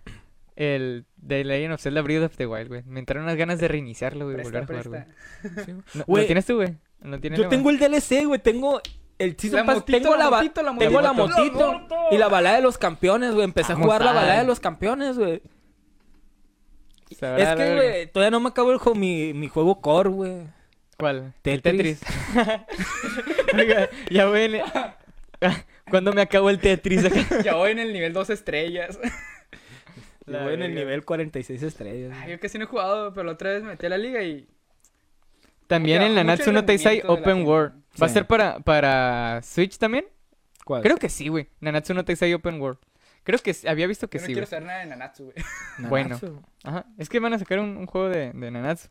el The Legend of Zelda Breath of the Wild, güey. Me entraron unas ganas de reiniciarlo, güey, y volver
Presta,
a jugar, güey.
presta.
No- ¿Lo
Güey,
tienes tú, güey? ¿Lo tienes
Yo
Emma?
tengo el DLC, güey. Tengo el Season
La
Pass.
motito,
tengo
la
la, ba-
motito, la
tengo la
motito.
motito
La moto.
y la balada de los campeones, güey. Empecé
Vamos
a jugar
a-
la balada de los campeones, güey.
Sabrá
Es
la
que,
verga.
güey, todavía no me acabo el juego, mi, mi juego core, güey.
¿Cuál? El
Tetris.
Oiga, ya, güey. en- ¿Cuándo me acabó el Tetris acá?
Ya voy en el nivel dos estrellas.
Y
La
voy en el
verga.
nivel 46 estrellas.
Ay,
güey.
yo casi no he jugado, pero la otra vez me metí a la liga y.
También en la
Mucho
Natsuno Taisai
rendimiento de la
Open
gente.
World. ¿Va a
Sí.
ser para, para Switch también?
¿Cuál?
Creo que sí, güey. Nanatsu no Taizai Open World. Creo que sí- había visto que
yo no
sí,
quiero
güey.
saber nada de Nanatsu, güey.
Nanatsu.
bueno. Ajá. Es que van a sacar un, un juego de, de Nanatsu.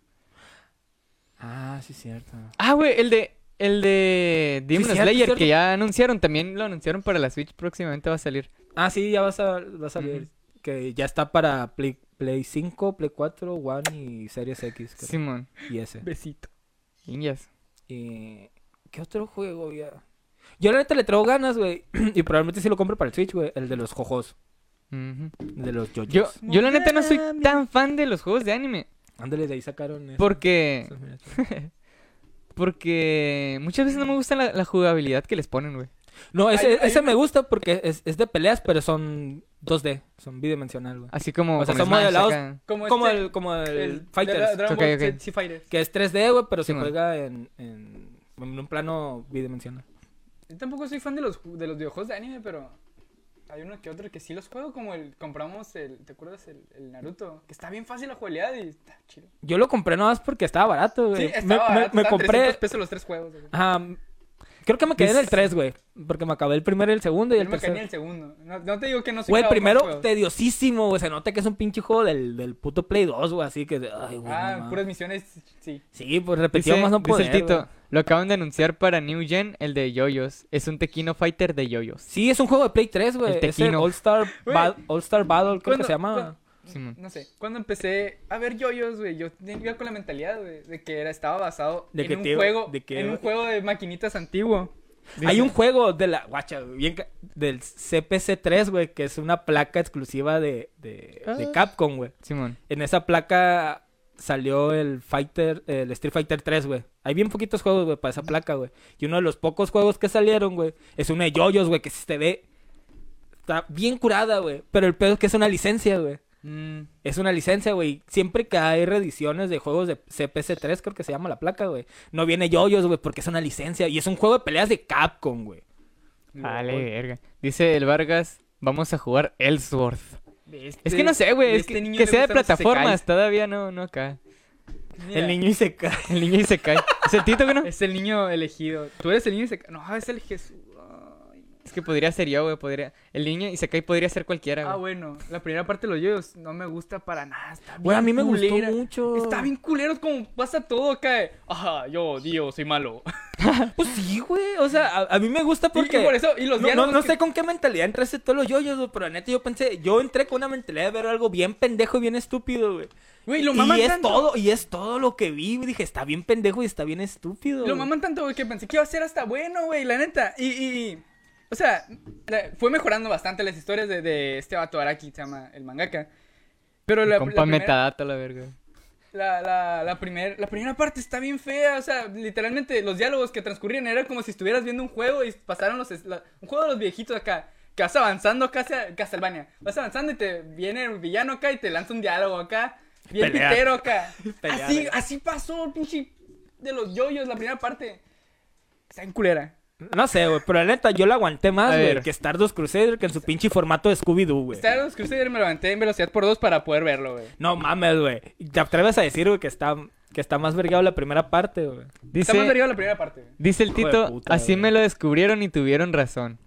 Ah, sí, cierto.
Ah, güey, el de el de Demon
cierto,
Slayer
cierto.
que ya anunciaron, también lo anunciaron para la Switch, próximamente va a salir.
Ah, sí, ya vas a, vas a ver. Que ya está para Play, Play 5, Play 4, One y Series X. creo.
Simón.
Y ese.
Besito.
Ninjas.
Y... eh, ¿Qué otro juego ya? Yo la neta le traigo ganas, güey. y probablemente sí lo compre para el Switch, güey. El de los jojos.
Ujú.
el de los jojos.
Yo yo la neta no soy
Mogami.
tan fan de los juegos de anime,
Ándale, de ahí sacaron eso.
porque
Esas miniaturas.
porque muchas veces no me gusta la, la jugabilidad que les ponen, güey.
No, ese,
Hay- hay
ese
un-
me gusta porque es, es de peleas, pero son 2D. Son bidimensional, güey.
Así como
O sea,
como
son modelados-
acá.
Como,
Como
este-
el, como el,
el
Fighters.
Dra- Dragon
Ok,
Ball
ok.
Z- Z Fighters.
Que es 3D, güey, pero se
Simón.
juega en, en, en un plano bidimensional.
Yo tampoco soy fan de los, ju- de los videojuegos de anime, pero hay uno que otro que sí los juego, como el compramos el, ¿te acuerdas? El, el Naruto, que está bien fácil la jugabilidad y está chido.
Yo lo compré nomás porque estaba barato, güey.
Sí, está
me, me-
barato,
me
está
compré... Ah,
300 pesos los tres juegos. güey.
Ajá. Creo que me quedé en el 3, güey. Porque me acabé el primero y el segundo y
Yo
el
no me caí
tercero.
ni el segundo. No, no te digo que no soy
Güey,
clavado con los
primero,
juegos.
tediosísimo, güey. Se nota que es un pinche juego del, del puto Play 2, güey. Así que, ay, güey.
Ah,
no mames.
puras misiones, sí.
Sí, pues repetido
Dice,
más no
dice
puedo.
el Tito, lo acaban de anunciar para New Gen, el de Yoyos. Es un tequino fighter de Yoyos.
Sí, es un juego de Play 3,
El
güey. Es
Tequino.
All Star,
Güey.
All Star Battle, creo
Cuando-
que se llama.
cu- Cuando,
Simón.
no sé, cuando empecé a ver yoyos, güey, yo iba con la mentalidad, güey, de que era, estaba basado
De
en
que
un
te-
juego,
de que-
en un juego de maquinitas antiguo.
Hay un juego de la guacha, güey, bien ca- del CPC3, güey, que es una placa exclusiva de, de, de
Ah.
Capcom, güey.
Simón.
En esa placa salió el Fighter, el Street Fighter 3, güey. Hay bien poquitos juegos, güey, para esa placa, güey. Y uno de los pocos juegos que salieron, güey, es uno de yoyos, güey, que se te ve. Está bien curada, güey. Pero el pedo es que es una licencia, güey.
Mm,
Es una licencia, güey. Siempre que hay reediciones de juegos de CPC3, creo que se llama la placa, güey. No viene yoyos, güey, porque es una licencia. Y es un juego de peleas de Capcom, güey.
Vale, verga. Dice el Vargas, vamos a jugar Ellsworth. Es que no sé,
y
güey, es
este
que,
niño
que
le
sea de
gustan los isekais.
plataformas, todavía no, no acá.
Mira,
El niño y se cae.
El niño y se cae. ¿Es el Tito, güey, no?
Es el niño elegido. Tú eres el niño y se... No, es el Jesús.
Ah,
Ay,
Es que podría ser yo, güey, podría... El niño y se cae podría ser cualquiera, güey.
Ah, bueno, la primera parte de los yoyos no me gusta para nada. Está
Güey, a
bien
mí me gustó
culera.
mucho.
Está bien culero como pasa todo acá. de, Ajá, yo, Dios, soy malo.
Pues sí, güey. O sea, a, a mí me gusta porque.
Y por eso, y los
no, no,
diálogos
no
que-
sé con qué mentalidad entraste todos los yoyos, güey, pero la neta yo pensé, yo entré con una mentalidad de ver algo bien pendejo y bien estúpido, güey.
Güey, lo maman
Y es
tanto.
todo, y es todo lo que vi, güey. Dije, está bien pendejo y está bien estúpido.
Lo
güey.
maman tanto, güey, que pensé que iba a ser hasta bueno, güey, la neta. Y, y- y- o sea, la- fue mejorando bastante las historias de, de este vato Araki, se llama el mangaka. Pero la,
Compa
la primera,
metadata, la verga.
la, la, la, primer- la primera parte está bien fea, o sea, literalmente los diálogos que transcurrían era como si estuvieras viendo un juego y pasaron los... es- la- un juego de los viejitos acá, que vas avanzando casi a Castlevania. Vas avanzando y te viene el villano acá y te lanza un diálogo acá. Bien
Pelea.
pitero acá.
Pelea,
así,
güey.
así pasó, pinche, de los yoyos, la primera parte. Está en culera.
No sé, güey, pero la neta yo la aguanté más,
A
güey,
ver.
que Stardust Crusader que en su pinche formato de Scooby-Doo, güey.
Stardust Crusader me lo levanté en velocidad por dos para poder verlo, güey.
No mames, güey. Te atreves a decir, güey, que está, que está más vergado la primera parte, güey.
Está más
Dice,
vergado la primera parte, güey.
dice el
Hijo de
Tito,
puta,
así
güey.
me lo descubrieron y tuvieron razón.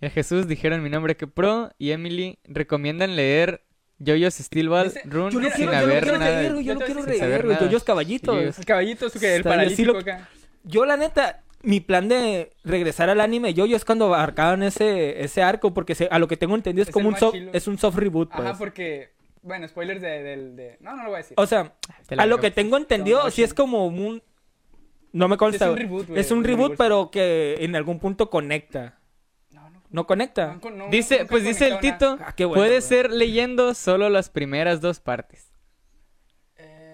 El Jesús dijeron mi nombre que pro y Emily recomiendan leer Jojo's Steel Ball
Dice,
Run
yo no
sin
quiero- yo no
haber
quiero
nada.
leer,
de-
güey.
yo no quiero
Sin
reír,
saber
güey.
nada.
Yoyos caballito,
Sí,
güey.
yo-
El caballito, su que el
Está bien, sí
paralítico
lo-
acá.
Yo, la neta, mi plan de regresar al anime yo, yo es cuando abarcaban ese, ese arco, porque se- a lo que tengo entendido es,
Es
como
el
un
más
soft,
chilo.
es un soft reboot, pues.
Ajá, porque. Bueno, spoilers de, del- de- No, no lo voy a decir.
O sea,
Te la
a lo
digo.
que tengo entendido,
No,
sí es como un... No me consta.
Es un
güey.
reboot, güey,
Es un
un
reboot,
reboot.
pero que en algún punto conecta.
No, no.
¿No conecta?
no, no,
Dice,
nunca
pues
he
dice el
conectado
Tito,
nada.
Ah, qué bueno,
puede
güey.
ser leyendo solo las primeras dos partes.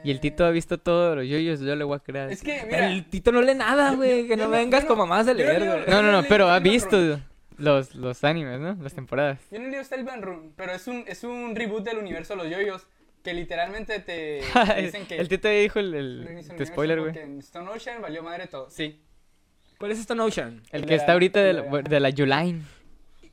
Y el Tito ha visto todos los yoyos, yo le voy a creer.
Eh, Es que,
Pero
mira.
el Tito no lee nada, güey. Que
yo
no
no-
vengas
yo
como con
no-
mamás de
yo no
leer,
leo-
güey.
No, no, no,
leí
pero ha
Steel Ball
visto los, los animes, ¿no? Las temporadas.
Yo no he leído Style Band Run, pero es un, es un reboot del universo de los yoyos. Que literalmente te dicen que.
el Tito ya dijo el, el-
el inicio del
tu
universo,
spoiler,
porque
güey.
En Stone Ocean valió madre todo. Sí.
¿Cuál es Stone Ocean?
El
el
que
de
está
la-
ahorita de
el
la,
de la-
de la Juline.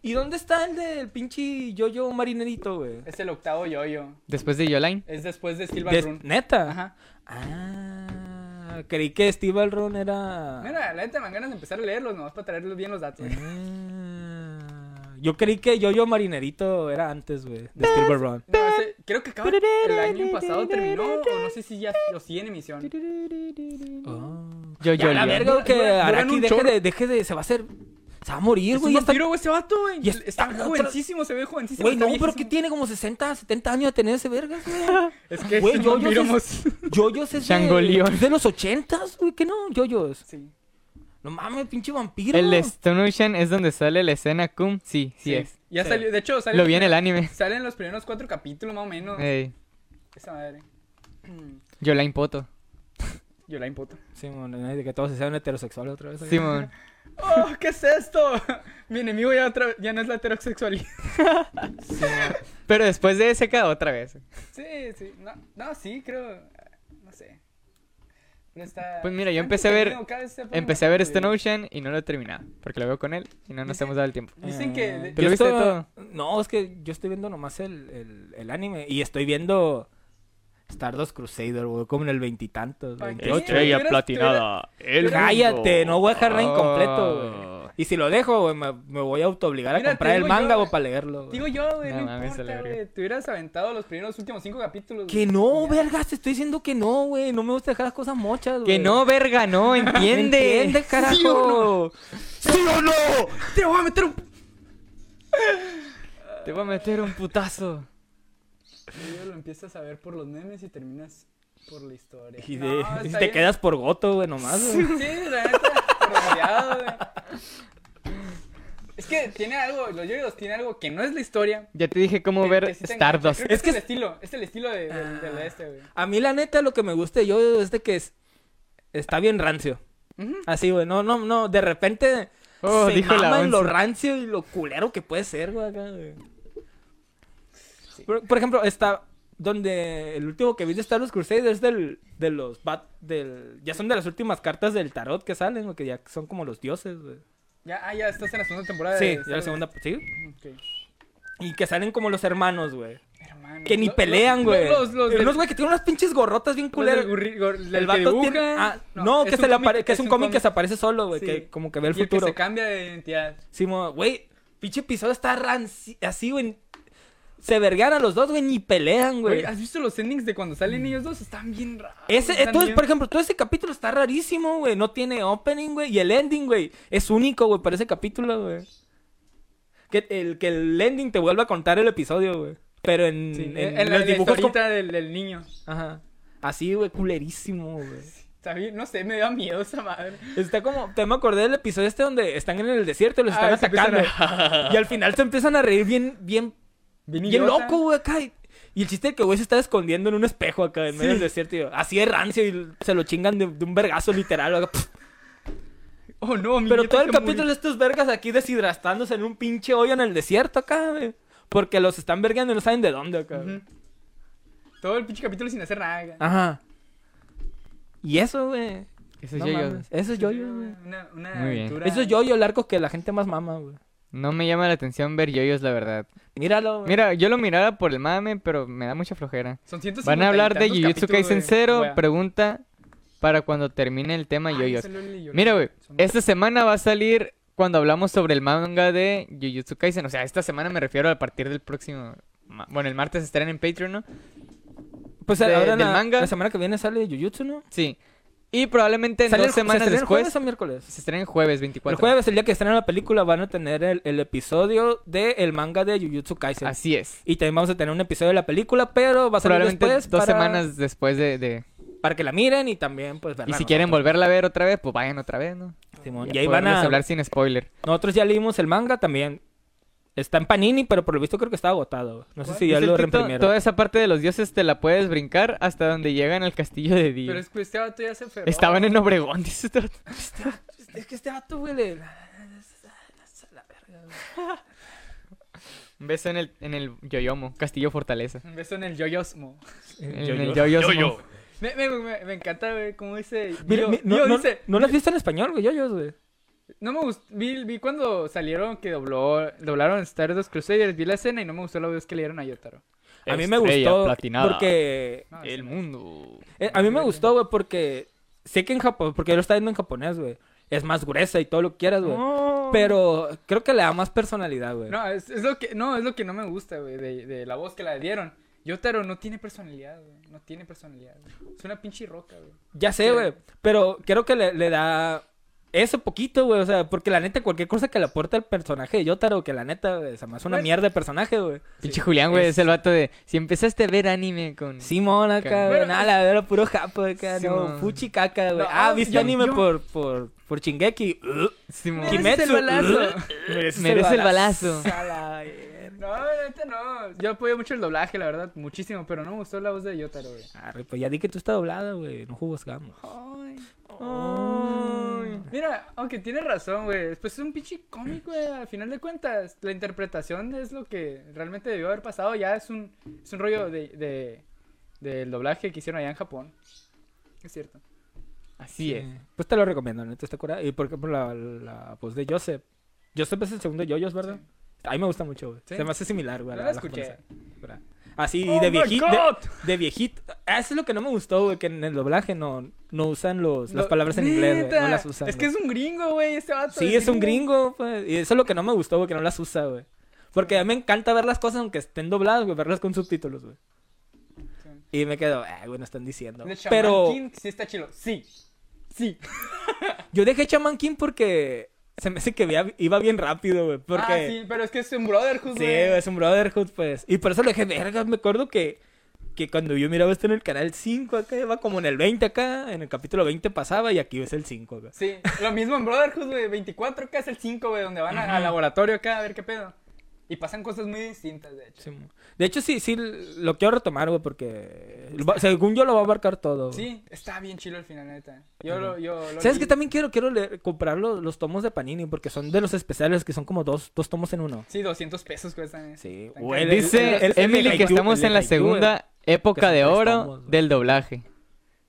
¿Y dónde está el del pinche yo-yo marinerito, güey?
Es el octavo yoyo.
Después de Juline.
Es después de Steel
Des-
Band Run.
¿Neta?
Ajá.
Ah, creí que Steve Alron era...
Mira, la neta me dan ganas de empezar a leerlos nomás para traerles bien los datos.
Mm.
Ah, yo creí que Yo-Yo Marinerito era antes, güey, de Steve Alron.
No, ese- creo que acaba, el año pasado terminó, o no sé si ya lo sigue en emisión.
Yo, yo,
la
yo.
verga, güey, Oh. que
Duran- duran
Araki
un
deje
chorro.
de, deje de... Se va a hacer... Se va a morir,
Es un
güey. ya está-
vampiro, güey, ese vato, güey.
Ya está-
Está
no, pero-
jovencísimo, se ve jovencísimo.
Güey,
está
no, pero que
viejísimo.
tiene como 60, 70 años de tener ese vergas, güey.
Es que
Güey,
es
yo-
un
yo
vampiro
sí-
más-
Yoyos es de,
Changoleón.
es de los 80, güey, que no, Yoyos.
Sí.
No mames, pinche vampiro.
El de Stone Ocean es donde sale la escena Cum. Sí, sí,
sí.
es.
Ya
Sí.
salió, de hecho, sale
Lo vi en el Eh. anime.
salen los primeros cuatro capítulos, más o menos.
Ey,
Esa madre.
Juline Poto.
Yo la imputo.
Simón, ay, de que todos se sean heterosexuales otra vez. güey.
Simón.
¡Oh, qué es esto! Mi enemigo ya, otra, ya no es la heterosexualidad.
Pero después de ese acá otra vez.
Sí, sí. No, no, sí, creo. No sé. Pero está-
Pues mira, yo
está
empecé a ver-
entretenido, cada vez se pone
Empecé a
más
ver este
entretenido.
Stone Ocean y no lo he terminado. Porque lo veo con él y no nos hemos dado el tiempo.
Dicen que.
Eh,
de-
¿Te lo
yo
viste
estaba-
todo?
No, es que yo estoy viendo nomás el, el, el anime y estoy viendo Stardust Crusader, güey, como en el veintitantos,
¿Para qué?
28.
Estrella platinada,
el Cállate, no voy a dejar nada incompleto,
Oh.
güey. Y si lo dejo, güey, me, me voy a autoobligar a
Mira, te
comprar el
digo
manga,
yo, eh,
güey, para leerlo, güey.
Digo yo, güey,
No
no,
mames, a la
importa,
verga.
güey. Te hubieras aventado los primeros últimos cinco capítulos.
Que
güey.
no,
Ya.
vergas, te estoy diciendo que no, güey. No me gusta dejar las cosas mochas, güey.
Que no, verga, no, entiende.
Entiende, carajo.
¿Sí o
¿Sí o no?
Te voy a meter un.
Te voy a meter un putazo.
Yo lo empiezas a ver por los memes y terminas por la historia.
Y, de-
No,
y
está
te
bien.
quedas por goto, güey, nomás, güey.
Sí, la neta, rodeado, güey. Es que tiene algo, los yoyos tiene algo que no es la historia.
Ya te dije cómo
que-
ver
que sí te engancha.
Stardust.
Creo que
Es que
Es que
es-
es el
Ah.
estilo, es el estilo de, del- del este, güey.
A mí, la neta, lo que me gusta de yo es de que es- está bien rancio.
Ujú.
Así, güey, no, no, no, de repente
Oh,
se
dijo la
mama en lo
once.
rancio y lo culero que puede ser, güey, acá, güey. Por, por ejemplo, está donde el último que vi de Star Wars Crusade es del, de los bat, del, ya son de las últimas cartas del tarot que salen, güey, que ya son como los dioses, güey.
Ya, ah, eh, ya estás en la segunda temporada. de
Sí,
Star
ya la
Wars.
segunda, sí.
Ok.
Y que salen como los hermanos, güey.
Hermano,
Que ni
lo- lo-
pelean, güey. Eh,
Los, los,
Unos,
del-
güey, que tienen unas pinches gorrotas bien
los
culeras.
del gurri- gor- del
El
que
vato
dibuja.
tiene... ah, no, que,
es
se le apare-
cómic-
que es un cómic que se aparece solo, güey.
Sí.
Que como que ve el
Y
futuro.
que se cambia de identidad.
Sí, mo- güey, pinche episodio está ranci- así, güey. Se vergan a los dos, güey, ni pelean, güey. Mm.
Güey, ¿has visto los endings de cuando salen ellos dos? Están bien raros.
Ese,
están
entonces,
bien-
por ejemplo, todo ese capítulo está rarísimo, güey. No tiene opening, güey. Y el ending, güey, es único, güey, para ese capítulo, güey. Que el, que el ending te vuelva a contar el episodio, güey. Pero en,
Sí,
en,
en,
los
la, la
dibujos... como-
historita del, del niño.
Ajá. Así, güey, culerísimo, güey.
Está bien, no sé, me da miedo esa madre.
Está como... Te me acordé del episodio este donde están en el desierto y los
Ah,
están
se empiezan
atacando. Y al final se empiezan a reír bien, bien
Bien
Y el
idiota.
loco, güey, acá. Y y el chiste de que, güey, se está escondiendo en un espejo acá en medio del desierto. y yo, así de rancio y se lo chingan de, de un vergazo literal. acá, pf.
Oh, no, mi
Pero
nieta
todo el
se
capítulo
murió.
de estos vergas aquí deshidratándose en un pinche hoyo en el desierto acá, güey. Porque los están vergando y no saben de dónde acá. güey.
Ujú. Todo el pinche capítulo sin hacer nada. güey.
Ajá. Y eso, güey.
Eso es
No
yo-yo.
mames, Eso es yo-yo, güey.
Una, una
Muy bien.
aventura.
Eso es yo-yo, el arco que la gente más mama, güey.
No me llama la atención ver yoyos, la verdad.
Míralo, güey.
Mira, yo lo miraba por el mame, pero me da mucha flojera.
Son 150
Van a hablar de Jujutsu Kaisen
sincero
Zero. Pregunta para cuando termine el tema
Ah,
yoyos. Mira, güey,
Es...
esta semana va a salir cuando hablamos sobre el manga de Jujutsu Kaisen. O sea, esta semana me refiero a partir del próximo. ma- Bueno, el martes estarán en Patreon, ¿no?
Pues
de-
ahora
del
la,
manga.
la semana que viene sale Jujutsu, ¿no?
Sí. Y probablemente en
¿Sale
dos
el- se estrena
semanas
el
después.
jueves o miércoles?
Se estrena el jueves 24.
El jueves, el día que estrena la película, van a tener el, el episodio del manga de Jujutsu Kaisen.
Así es.
Y también vamos a tener un episodio de la película, pero va a salir
Probablemente
después
dos
para,
semanas después de. de-
para que la miren y también, pues,
Y
verla
si quieren
nosotros.
volverla a ver otra vez, pues vayan otra vez, ¿no?
Simón,
Ya
Y ahí van a...
podemos hablar sin spoiler.
Nosotros ya leímos el manga también. Está en Panini, pero por lo visto creo que está agotado. No sé
¿Cuál?
si ya
Es el
lo
tito-
reimprimieron.
toda esa parte de los dioses te la puedes brincar hasta donde llegan al castillo de Dio.
Pero es que este vato ya se ferró.
Estaban en Obregón, dice este vato.
Es que este vato, güey, le-
Un beso en el, en el Yoyomo, Castillo Fortaleza.
Un beso en el yoyosmo.
En
Yo-
el
yo-
Yoyosmo.
Me, me, me, me encanta, güey, cómo dice.
Mira,
Dio-
mi- no,
Dio
no-
dice,
¿no lo has visto en español, güey? Yo, yo, güey.
No me gustó. Vi, vi cuando salieron que dobló, doblaron Stardust Crusaders. Vi la escena y no me gustó la voz que le dieron a Yotaro.
A mí me
Estrella
gustó
platinada.
porque
No,
El
esa-
mundo.
Eh, a mí me gustó, güey, porque sé que en Japón, porque yo lo estaba viendo en japonés, güey. Es más gruesa y todo lo que quieras, güey. Pero creo que le da más personalidad, güey.
Oh. No, es, es lo que, no, es lo que no me gusta, güey, de, de la voz que la dieron. Yotaro no tiene personalidad, güey. No tiene personalidad, güey. Es una pinche roca, güey.
ya sé, güey. Pero creo que le, le da eso poquito, güey. O sea, porque la neta, cualquier cosa que le aporta al personaje de Yotaro, que la neta, güey, se me hace una
Güey.
mierda de personaje, güey.
Mm.
Pinche Julián, güey,
Es-
es... el vato de. Si empezaste a ver anime con.
Simón acá, güey.
Bueno,
Nada, la verdad, puro japo acá,
Sí,
no.
man.
Fuchi caca, güey.
No,
ah, viste
yo-
anime
yo-
por, por, por Chingeki. Uh,
Simón.
Mereces
Kimetsu.
el balazo.
uh, mereces
Merece el balazo.
A la verga.
No, neta no. Yo apoyo mucho el doblaje, la verdad, muchísimo, pero no me gustó la voz de Yotaro, güey.
Arre, pues ya di que tú estás doblada, güey. No jugamos.
Mira, aunque tiene razón, güey. Pues es un pinche cómic, güey. Al final de cuentas, la interpretación es lo que realmente debió haber pasado. Ya es un, es un rollo de, de- del doblaje que hicieron allá en Japón. Es cierto.
Así
eh.
es.
Pues te lo recomiendo, neta, está curada. Y por ejemplo, la, la voz de Joseph. Joseph es el segundo de Yoyos, ¿verdad? A mí me gusta mucho, güey.
Sí.
Se me hace similar, güey. a
No
la-
la
a la
escuché.
japonesa, ¿verdad? Así,
¡Oh,
de
my
viejito.
God!
De, de viejito. ah, Eso es lo que no me gustó, güey, que en el doblaje no, no usan los, pues, las
Lo-
palabras en inglés, güey.
Neta,
No las usan.
Es que
güey.
es un gringo, güey, este vato.
Sí, es un gringo, pues. Y eso es lo que no me gustó, güey, que no las usa, güey. Porque a mí me encanta ver las cosas aunque estén dobladas, güey, verlas con subtítulos, güey.
Sí.
Y me quedo, ah, güey, no están diciendo.
De Shaman
Pero
King, sí está chido. Sí. Sí.
yo dejé Chaman King porque se me hace que vea- iba bien rápido, güey. Porque
Ah, sí, pero es que es un brotherhood,
Sí,
güey.
pues. güey, es un Brotherhood, pues. Y por eso le dije, verga, me acuerdo que, que cuando yo miraba esto en el canal 5 acá, iba como en el 20 acá, en el capítulo 20 pasaba y aquí ves el 5 acá.
Sí, lo mismo en Brotherhood, güey. 24 acá es el 5, güey, donde van a- al laboratorio acá a ver qué pedo. Y pasan cosas muy distintas, de hecho.
Sí, mo- De hecho, sí, sí, lo quiero retomar, güey, porque lo va- según yo lo va a abarcar todo. güey.
Sí, está bien chilo el final, neta. Yo lo, yo lo
¿Sabes
leí.
que También quiero, quiero leer- comprar los, los tomos de Panini porque son de los especiales que son como dos, dos tomos en uno.
Sí, 200 pesos cuestan. eh.
Sí,
Tan
güey.
caro.
el- el-
Dice
el- el
Emily que
Haikyuu,
estamos
el
en la
Haikyuu, güey.
segunda
que
época
son
de
tres
oro
tomos, güey.
del doblaje.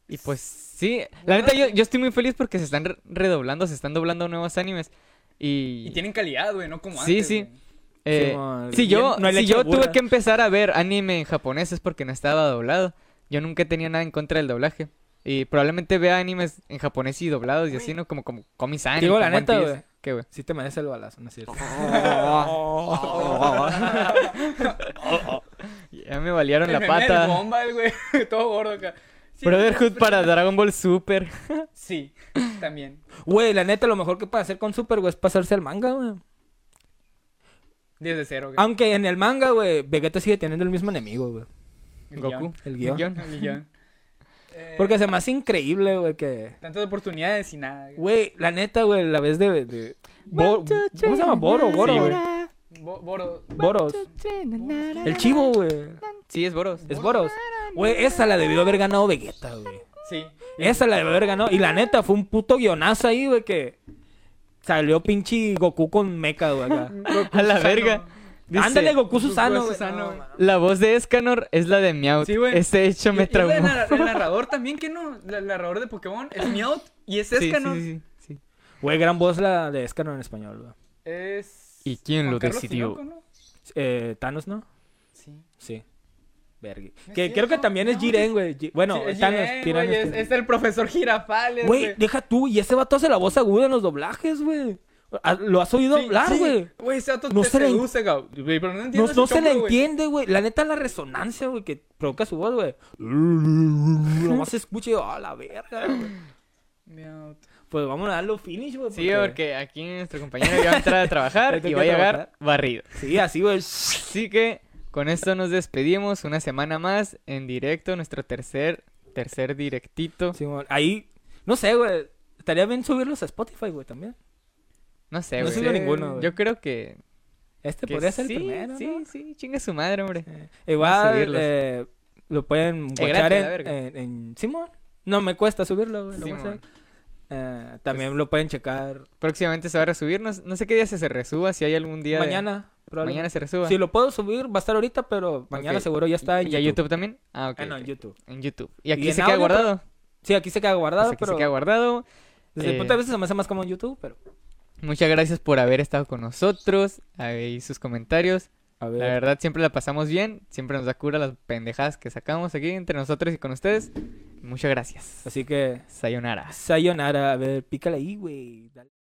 Y pues sí, la neta yo, yo estoy muy feliz porque se están re- redoblando, se están doblando nuevos animes. Y,
Y tienen calidad, güey, no como
Sí,
antes.
sí.
güey.
eh,
Simón,
si
bien,
yo,
no hay
si
leche
yo
de burra.
tuve que empezar a ver anime en japonés es porque no estaba doblado. Yo nunca tenía nada en contra del doblaje. Y probablemente vea animes en japonés y doblados y así, ¿no? Como, como Comisan.
Digo, la neta, güey.
¿Qué, güey?
Sí te merece el balazo, ¿no es cierto?
Ya me valieron
El
la
meme del
pata.
Bomba, el güey, todo gordo acá. Sí,
Brotherhood para Dragon Ball Super.
Sí, también.
Güey, la neta, lo mejor que puede hacer con Super, güey, es pasarse al manga, güey.
Desde cero, güey.
Aunque en el manga, güey, Vegeta sigue teniendo el mismo enemigo, güey.
El
Goku.
guión.
El guión.
El guión. Eh,
Porque se me hace increíble, güey, que...
Tantas oportunidades y nada. güey.
Güey, la neta, güey, la vez de... de- Bo- ¿Cómo se llama? Boro, Boro,
Sí,
güey.
güey.
Bo- Boro.
Boros. El chivo, güey.
Sí, es Boros.
Es Boros. Güey, esa la debió haber ganado Vegeta, güey.
Sí.
Esa la debió haber ganado. Y la neta, fue un puto guionazo ahí, güey, que... Salió pinche Goku con mecha, güey, acá.
A la verga. Dice,
Ándale, Goku Susano,
Goku
güey.
Susano,
No,
güey.
mames.
La voz de Escanor es la de Meowth.
Sí, güey.
Este hecho
Y-
me
y la de
traumó.
nar- el narrador también, que no? La- El narrador de Pokémon es Meowth y es
Sí,
Escanor.
sí, sí, sí.
Güey, gran voz la de Escanor en español, güey.
Es.
¿Y quién
Juan
lo
Carlos
decidió?
Tinoco, ¿no?
Eh, Thanos, ¿no?
Sí.
Sí. Vergui.
No es
Que creo que
cierto,
también es
no.
Jiren, güey. Ji- Bueno,
Sí, es
Thanos,
Jiren,
Jiren
güey,
es
es,
Jiren.
es el profesor Girafales.
este Güey, deja tú. Y ese vato hace la voz aguda en los doblajes, güey. Ah, Lo has oído
Sí,
hablar,
sí.
güey.
Güey, ese dato
No
te
se le en-
seduce, gau- güey, pero no
No,
entiendo
no
ese
se le
chongo, güey.
entiende, güey. La neta, la resonancia, güey, que provoca su voz, güey. Nomás se escucha y, ah, la verga, güey.
Meowth.
Pues vamos a darlo finish, güey.
Sí, porque aquí nuestro compañero ya va a entrar a trabajar
Ahorita
y va a
quiero
llegar
trabajar.
barrido.
Sí, así, güey.
Así que con esto nos despedimos una semana más en directo, nuestro tercer tercer directito.
Simón, ahí, no sé, güey. Estaría bien subirlos a Spotify, güey, también.
No sé,
No
güey.
he subido ninguno, güey.
Yo creo que,
Este
que
podría ser
sí,
el primero,
sí,
¿no?
sí, chinga su madre, hombre.
Eh,
Vamos a
Igual
subirlos.
eh, lo pueden
gratis,
guachar
la
en,
verga.
en, en Simón. No me cuesta subirlo, güey, lo voy a
Simón. Pues
hacer. Eh, también lo pueden checar
Próximamente se va a resubir, no, no sé qué día se, se resuba, si hay algún día de-
mañana. probablemente.
mañana se resuba.
Si lo puedo subir, va a estar ahorita, pero mañana
Ok.
seguro ya está en
¿Y a
YouTube.
YouTube también? Ah, ok.
Ah, no, en
ok.
YouTube.
En YouTube. Y aquí
en
se queda
audio, pero-
guardado.
Sí, aquí se queda
Pues
guardado,
aquí
pero
se queda guardado.
desde
Eh,
el punto de vista se me hace más como en YouTube, pero...
Muchas gracias por haber estado con nosotros. Ahí sus comentarios.
A
La
ver,
verdad, siempre la pasamos bien. Siempre nos da cura las pendejadas que sacamos aquí entre nosotros y con ustedes. Muchas gracias.
así que...
Sayonara.
Sayonara, a ver, pícale ahí, güey. Dale.